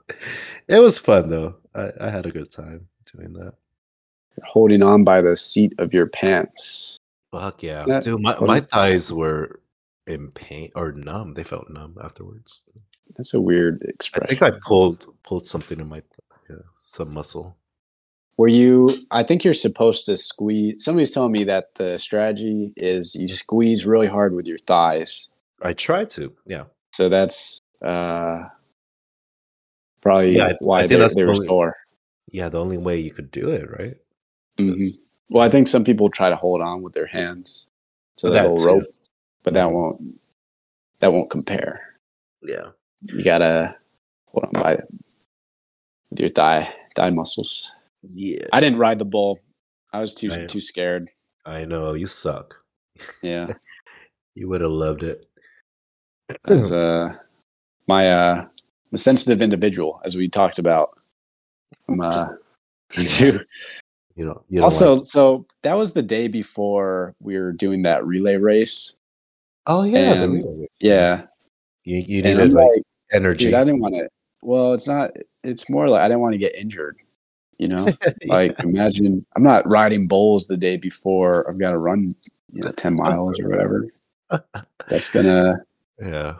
Speaker 2: It was fun though. I, I had a good time doing that.
Speaker 1: Holding on by the seat of your pants.
Speaker 2: Fuck yeah,
Speaker 1: that
Speaker 2: dude. My
Speaker 1: fun?
Speaker 2: my thighs were in pain or numb. They felt numb afterwards.
Speaker 1: That's a weird
Speaker 2: I
Speaker 1: expression.
Speaker 2: think I pulled pulled something in my th- yeah, some muscle.
Speaker 1: Were you? I think you're supposed to squeeze. Somebody's telling me that the strategy is you squeeze really hard with your thighs.
Speaker 2: I tried to. Yeah.
Speaker 1: So that's uh, probably
Speaker 2: Yeah, I- I
Speaker 1: why
Speaker 2: think
Speaker 1: they,
Speaker 2: that's
Speaker 1: they
Speaker 2: the
Speaker 1: were
Speaker 2: only-
Speaker 1: sore.
Speaker 2: Yeah, the only way you could do it, right?
Speaker 1: Mhm. Well, I think some people try to hold on with their hands to the
Speaker 2: That
Speaker 1: little
Speaker 2: too. Mm-hmm.
Speaker 1: rope, but that won't. that won't compare.
Speaker 2: Yeah.
Speaker 1: You gotta hold on by with your thigh thigh muscles.
Speaker 2: Yeah.
Speaker 1: I didn't ride the bull. I was too
Speaker 2: Right.
Speaker 1: too scared.
Speaker 2: I know you suck.
Speaker 1: Yeah.
Speaker 2: You would have loved it. Um,
Speaker 1: as uh my uh I'm a sensitive individual as we talked about um, uh, too.
Speaker 2: You know. You don't
Speaker 1: also
Speaker 2: like-
Speaker 1: so that was the day before we were doing that relay race
Speaker 2: oh yeah. the
Speaker 1: and-
Speaker 2: relay.
Speaker 1: yeah
Speaker 2: You you
Speaker 1: and
Speaker 2: needed
Speaker 1: I'm
Speaker 2: like,
Speaker 1: like
Speaker 2: energy.
Speaker 1: dude i didn't want to well it's not it's more like i didn't want to get injured you know like imagine i'm not riding bowls the day before i've got to run you know 10 miles or whatever that's gonna
Speaker 2: yeah.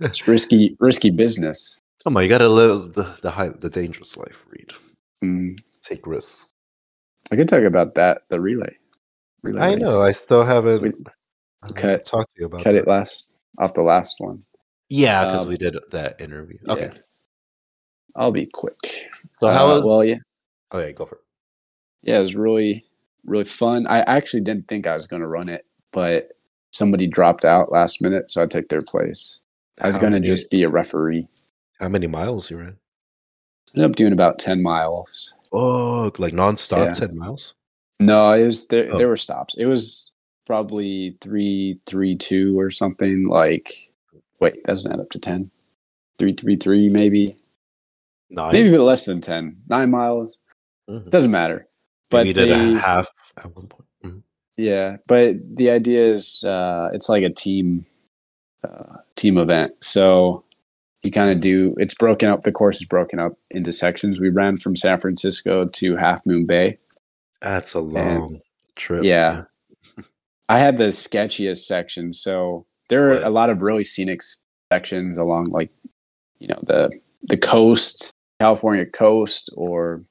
Speaker 1: it's risky risky business
Speaker 2: Come on, you gotta live the the high, the dangerous life. Read.
Speaker 1: Mm.
Speaker 2: Take risks.
Speaker 1: I could talk about that the relay. relay
Speaker 2: I know. I
Speaker 1: race.
Speaker 2: still haven't
Speaker 1: We-
Speaker 2: uh,
Speaker 1: cut-
Speaker 2: talked to you about
Speaker 1: cut
Speaker 2: that.
Speaker 1: it last off the last one.
Speaker 2: Yeah, because
Speaker 1: Um,
Speaker 2: we did that interview. Okay.
Speaker 1: yeah. I'll be quick.
Speaker 2: So how
Speaker 1: Uh,
Speaker 2: was?
Speaker 1: well, yeah,
Speaker 2: okay, go for it.
Speaker 1: yeah, it was really really fun. I actually didn't think I was going to run it, but somebody dropped out last minute, so I took their place. I was
Speaker 2: How
Speaker 1: going to
Speaker 2: many-
Speaker 1: just be a referee.
Speaker 2: How many miles you ran?
Speaker 1: Ended up doing about ten miles.
Speaker 2: Oh, like nonstop,
Speaker 1: Yeah.
Speaker 2: ten miles.
Speaker 1: No, it was there.
Speaker 2: Oh.
Speaker 1: There were stops. It was probably three three two or something. Like, wait, that doesn't add up to ten. Three three three maybe.
Speaker 2: Nine.
Speaker 1: maybe a bit less than 10 9 miles
Speaker 2: Mhm.
Speaker 1: doesn't matter
Speaker 2: Maybe
Speaker 1: but
Speaker 2: you did
Speaker 1: they-
Speaker 2: a half at one point. Mhm.
Speaker 1: yeah but the idea is uh, it's like a team uh, team event so you kind of do it's broken up the course is broken up into sections we ran from san francisco to half moon bay
Speaker 2: That's a long trip.
Speaker 1: yeah i had the sketchiest section so there are a lot of really scenic s- sections along like you know the the coast california coast or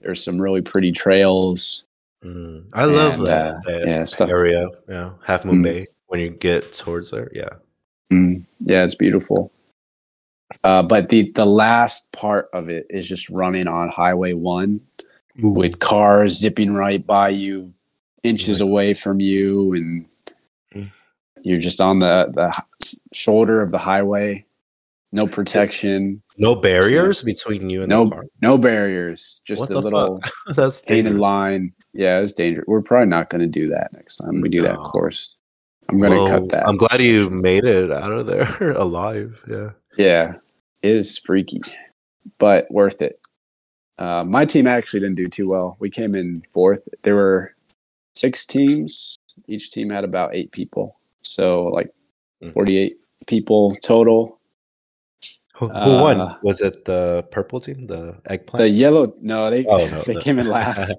Speaker 1: there's some really pretty trails
Speaker 2: Mm. I love
Speaker 1: And,
Speaker 2: that,
Speaker 1: uh,
Speaker 2: that
Speaker 1: yeah, stuff-
Speaker 2: area. Yeah, Half Moon
Speaker 1: Mm.
Speaker 2: Bay. When you get towards there, yeah.
Speaker 1: Mm, yeah, it's beautiful. Uh, but the the last part of it is just running on Highway One with cars zipping right by you, inches
Speaker 2: Right.
Speaker 1: away from you, and
Speaker 2: Mm.
Speaker 1: you're just on the the h- s- shoulder of the highway. No protection,
Speaker 2: no barriers between you and
Speaker 1: No-
Speaker 2: the car.
Speaker 1: no barriers, just
Speaker 2: What
Speaker 1: a
Speaker 2: the
Speaker 1: little
Speaker 2: That's
Speaker 1: painted
Speaker 2: dangerous.
Speaker 1: line. Yeah, it was dangerous. We're probably not going to do that next time we do that
Speaker 2: No.
Speaker 1: course. I'm going to
Speaker 2: Whoa,
Speaker 1: cut that.
Speaker 2: I'm glad you
Speaker 1: section.
Speaker 2: made it out of there alive. Yeah.
Speaker 1: Yeah, it is freaky, but worth it. Uh, my team actually didn't do too well. We came in fourth. There were six teams. Each team had about eight people, so like
Speaker 2: Mhm.
Speaker 1: forty-eight people total.
Speaker 2: Who, who won?
Speaker 1: Uh,
Speaker 2: Was it the purple team, the eggplant?
Speaker 1: The yellow, no, they
Speaker 2: Oh, no,
Speaker 1: they
Speaker 2: no.
Speaker 1: came in last.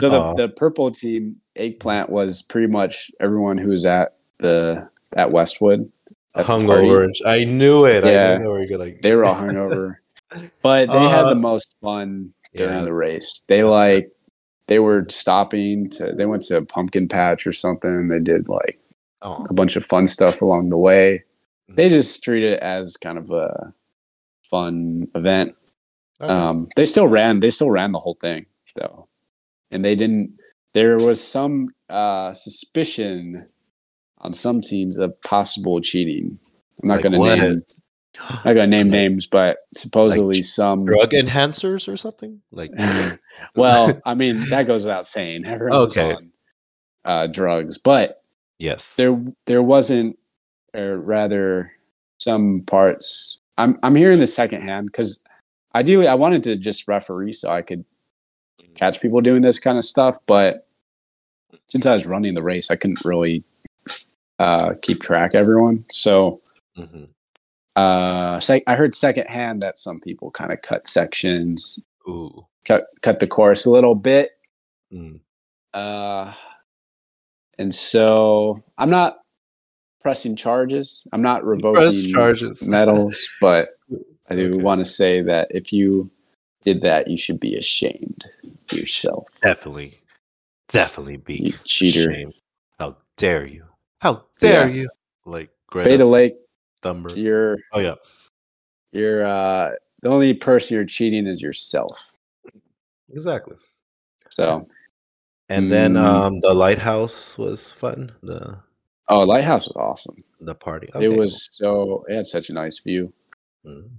Speaker 1: So the,
Speaker 2: Aw.
Speaker 1: the purple team eggplant was pretty much everyone who was at the at Westwood. at the party.
Speaker 2: hungover. and sh- I knew it. I
Speaker 1: Yeah.
Speaker 2: knew they were gonna.
Speaker 1: They were all hungover, but they had the most fun during
Speaker 2: Uh, yeah.
Speaker 1: the race. They like they were stopping to they went to a pumpkin patch or something and they did like
Speaker 2: Aw.
Speaker 1: a bunch of fun stuff along the way. They
Speaker 2: Mm-hmm.
Speaker 1: just treat it as kind of a fun event.
Speaker 2: Okay.
Speaker 1: Um they still ran they still ran the whole thing though. And they didn't there was some uh suspicion on some teams of possible cheating. I'm not
Speaker 2: Like
Speaker 1: gonna
Speaker 2: what?
Speaker 1: name I'm not gonna name names, but supposedly some
Speaker 2: Drug enhancers or something like.
Speaker 1: well, I mean, that goes without saying. Everyone was
Speaker 2: Okay.
Speaker 1: on uh, drugs, but
Speaker 2: yes.
Speaker 1: there there wasn't, or rather, some parts. I'm I'm hearing the second hand because ideally I wanted to just referee so I could
Speaker 2: Mm.
Speaker 1: catch people doing this kind of stuff, but since I was running the race, I couldn't really uh, keep track of everyone. So
Speaker 2: Mhm.
Speaker 1: uh, sec- I heard secondhand that some people kind of cut sections,
Speaker 2: Ooh.
Speaker 1: cut cut the course a little bit.
Speaker 2: Mm.
Speaker 1: Uh, and so I'm not pressing charges. I'm not
Speaker 2: Press
Speaker 1: revoking
Speaker 2: charges.
Speaker 1: medals, but I do
Speaker 2: Okay.
Speaker 1: want to say that if you did that, you should be ashamed of yourself.
Speaker 2: Definitely, definitely be
Speaker 1: You cheater.
Speaker 2: ashamed. How dare you? How dare
Speaker 1: Yeah.
Speaker 2: you? Like Greta
Speaker 1: Beta Lake,
Speaker 2: Thunberg.
Speaker 1: you're
Speaker 2: Oh yeah.
Speaker 1: you're uh, the only person you're cheating is yourself.
Speaker 2: Exactly.
Speaker 1: So
Speaker 2: And then
Speaker 1: Mm.
Speaker 2: um the lighthouse was fun. The
Speaker 1: Oh, Lighthouse was awesome.
Speaker 2: The party.
Speaker 1: It was so it had such a nice view.
Speaker 2: Mm.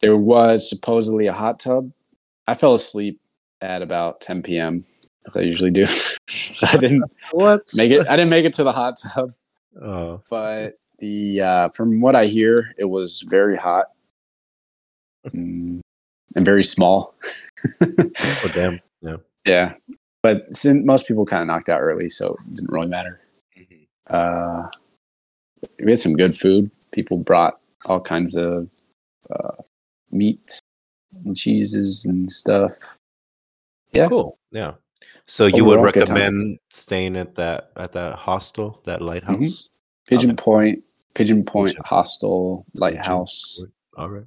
Speaker 1: There was supposedly a hot tub. I fell asleep at about 10 p.m. as I usually do, so I didn't
Speaker 2: What?
Speaker 1: make it. I didn't make it to the hot tub,
Speaker 2: Oh,
Speaker 1: but the uh, from what I hear, it was very hot Mm, and very small.
Speaker 2: oh damn.
Speaker 1: Yeah, but since most people kind of knocked out early, so it didn't really matter.
Speaker 2: Mm-hmm.
Speaker 1: Uh, we had some good food. People brought all kinds of uh, meats and cheeses and stuff. Yeah.
Speaker 2: Cool. Yeah. So you would
Speaker 1: Overall, good time. Mm-hmm.
Speaker 2: recommend staying at that at that hostel, that lighthouse?
Speaker 1: Pigeon
Speaker 2: Okay.
Speaker 1: Point, Pigeon Point
Speaker 2: Pigeon.
Speaker 1: Hostel, Lighthouse,
Speaker 2: Point. All right.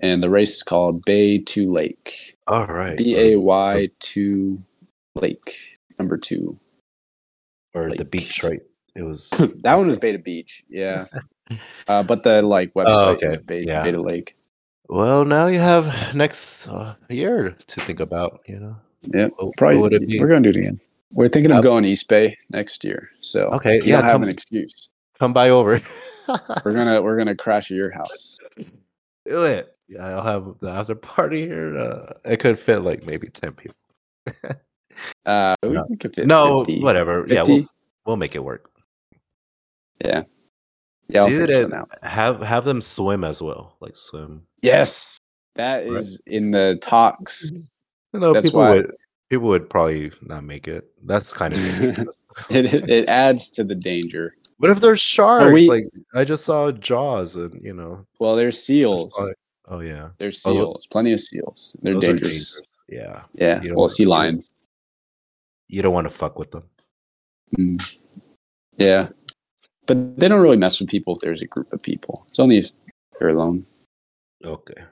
Speaker 1: and the race is called Bay to Lake.
Speaker 2: All right.
Speaker 1: B A Y to Lake number two.
Speaker 2: or the
Speaker 1: like-
Speaker 2: beach, right? It was
Speaker 1: That one was Beta Beach. Yeah, uh, but the like website is
Speaker 2: Oh, okay.
Speaker 1: Bay,
Speaker 2: Yeah.
Speaker 1: Beta Lake.
Speaker 2: Well, now you have next uh, year to think about. You know,
Speaker 1: Yeah,
Speaker 2: What- what
Speaker 1: probably.
Speaker 2: would it be?
Speaker 1: We're gonna do it again. We're thinking of
Speaker 2: Yep.
Speaker 1: going to East Bay next year, so
Speaker 2: Okay,
Speaker 1: you
Speaker 2: yeah,
Speaker 1: don't have
Speaker 2: come-
Speaker 1: an excuse.
Speaker 2: Come by over.
Speaker 1: We're gonna we're gonna crash at your house.
Speaker 2: Do it. Yeah, I'll have the after party here. Uh, it could fit like maybe ten people.
Speaker 1: Uh, we
Speaker 2: No.
Speaker 1: could fit
Speaker 2: no,
Speaker 1: 50.
Speaker 2: whatever. Yeah,
Speaker 1: 50?
Speaker 2: we'll, we'll make it work.
Speaker 1: Yeah, I'll
Speaker 2: Dude,
Speaker 1: figure something
Speaker 2: it-
Speaker 1: out.
Speaker 2: Have have them swim as well. Like swim.
Speaker 1: Yes, that
Speaker 2: Right.
Speaker 1: is in the talks.
Speaker 2: No,
Speaker 1: That's
Speaker 2: people
Speaker 1: why-
Speaker 2: would people would probably not make it. That's kind of ridiculous.
Speaker 1: It, it, it adds to the danger.
Speaker 2: what if there's sharks?
Speaker 1: we-
Speaker 2: like I just saw jaws, and you know.
Speaker 1: Well, there's seals.
Speaker 2: probably- Oh yeah,
Speaker 1: There's
Speaker 2: Oh, tho-
Speaker 1: seals. Plenty of seals. They're
Speaker 2: Those are
Speaker 1: dangerous.
Speaker 2: yeah. You
Speaker 1: Yeah.
Speaker 2: don't
Speaker 1: Well,
Speaker 2: wanna-
Speaker 1: sea lions.
Speaker 2: You don't want to fuck with them.
Speaker 1: Mm. Yeah. But they don't really mess with people if there's a group of people. It's only if they're alone.
Speaker 2: Okay.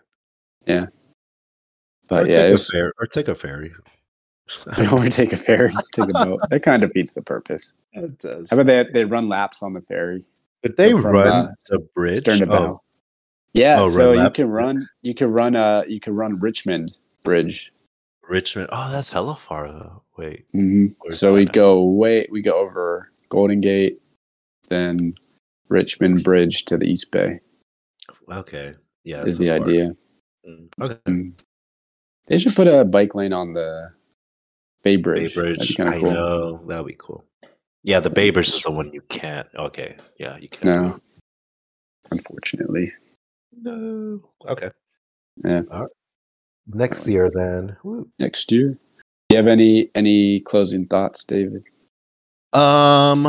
Speaker 1: But
Speaker 2: or
Speaker 1: yeah,
Speaker 2: take
Speaker 1: it
Speaker 2: a
Speaker 1: was,
Speaker 2: ferry, or take a ferry.
Speaker 1: or take a ferry, take a boat. That kind of defeats the purpose.
Speaker 2: it does.
Speaker 1: How about they they run laps on the ferry,
Speaker 2: But they
Speaker 1: from,
Speaker 2: run
Speaker 1: uh,
Speaker 2: the bridge.
Speaker 1: stern to
Speaker 2: Oh,
Speaker 1: bow? Yeah,
Speaker 2: Oh,
Speaker 1: so
Speaker 2: run
Speaker 1: you
Speaker 2: laps?
Speaker 1: can run, you can run, uh, you can run Richmond Bridge
Speaker 2: Richmond. Oh, that's hella far though. Wait.
Speaker 1: hmm
Speaker 2: Where's
Speaker 1: So we
Speaker 2: that at?
Speaker 1: go way we go over Golden Gate, then Richmond Bridge to the East Bay
Speaker 2: Okay. Yeah.
Speaker 1: is
Speaker 2: that's
Speaker 1: the
Speaker 2: far.
Speaker 1: idea.
Speaker 2: Mm, Okay.
Speaker 1: They should put a bike lane on the Bay
Speaker 2: Bay
Speaker 1: Bridge. That'd be
Speaker 2: Bridge.
Speaker 1: kind
Speaker 2: I
Speaker 1: of cool.
Speaker 2: know. That'd be cool. Yeah, the Bay Bridge is the one you can't. Okay. Yeah, you can't.
Speaker 1: No, unfortunately,
Speaker 2: No. Okay.
Speaker 1: Yeah.
Speaker 2: All right. Next year then. Woo.
Speaker 1: next year. Do you have any any closing thoughts, David?
Speaker 2: Um.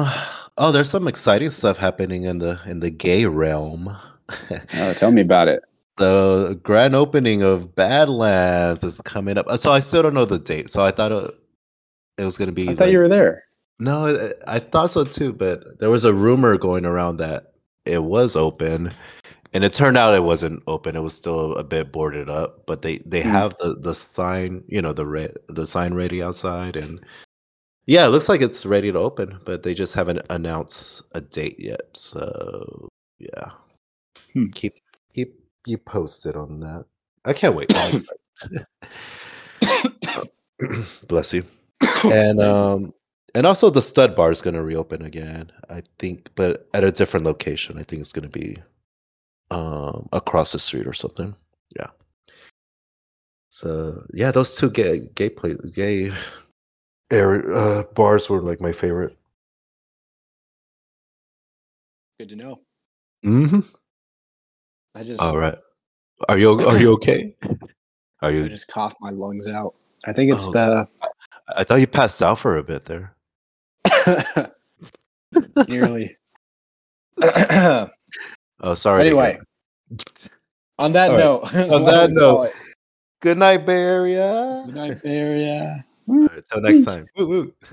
Speaker 2: Oh, there's some exciting stuff happening in the in the gay realm.
Speaker 1: Uh, tell me about it.
Speaker 2: the grand opening of Badlands is coming up. Uh, So I still don't know the date. So I thought it, it was going to be.
Speaker 1: I thought you
Speaker 2: like-
Speaker 1: were there.
Speaker 2: No, I- I thought so too. But there was a rumor going around that it was open, and it turned out it wasn't open. It was still a bit boarded up. But they they
Speaker 1: Hmm.
Speaker 2: have the the sign, you know, the re- the sign ready outside, and yeah, it looks like it's ready to open. But they just haven't announced a date yet. So yeah,
Speaker 1: Hmm.
Speaker 2: keep keep you posted on that. I can't wait. I'm excited. Bless you and um and also the stud bar is going to reopen again i think but at a different location i think it's going to be um across the street or something yeah so yeah those two gay gay play, gay area, uh, bars were like my favorite
Speaker 1: good to know.
Speaker 2: mm-hmm.
Speaker 1: I just
Speaker 2: all right are you are you okay
Speaker 1: I
Speaker 2: are you
Speaker 1: just coughed my lungs out. I think it's
Speaker 2: Oh.
Speaker 1: the
Speaker 2: i thought you passed out for a bit there
Speaker 1: nearly.
Speaker 2: oh sorry to hear
Speaker 1: anyway,
Speaker 2: that.
Speaker 1: on that
Speaker 2: All right.
Speaker 1: note,
Speaker 2: On that note. good night bay area
Speaker 1: Good night, Bay Area.
Speaker 2: All right, till next time Woo, woo.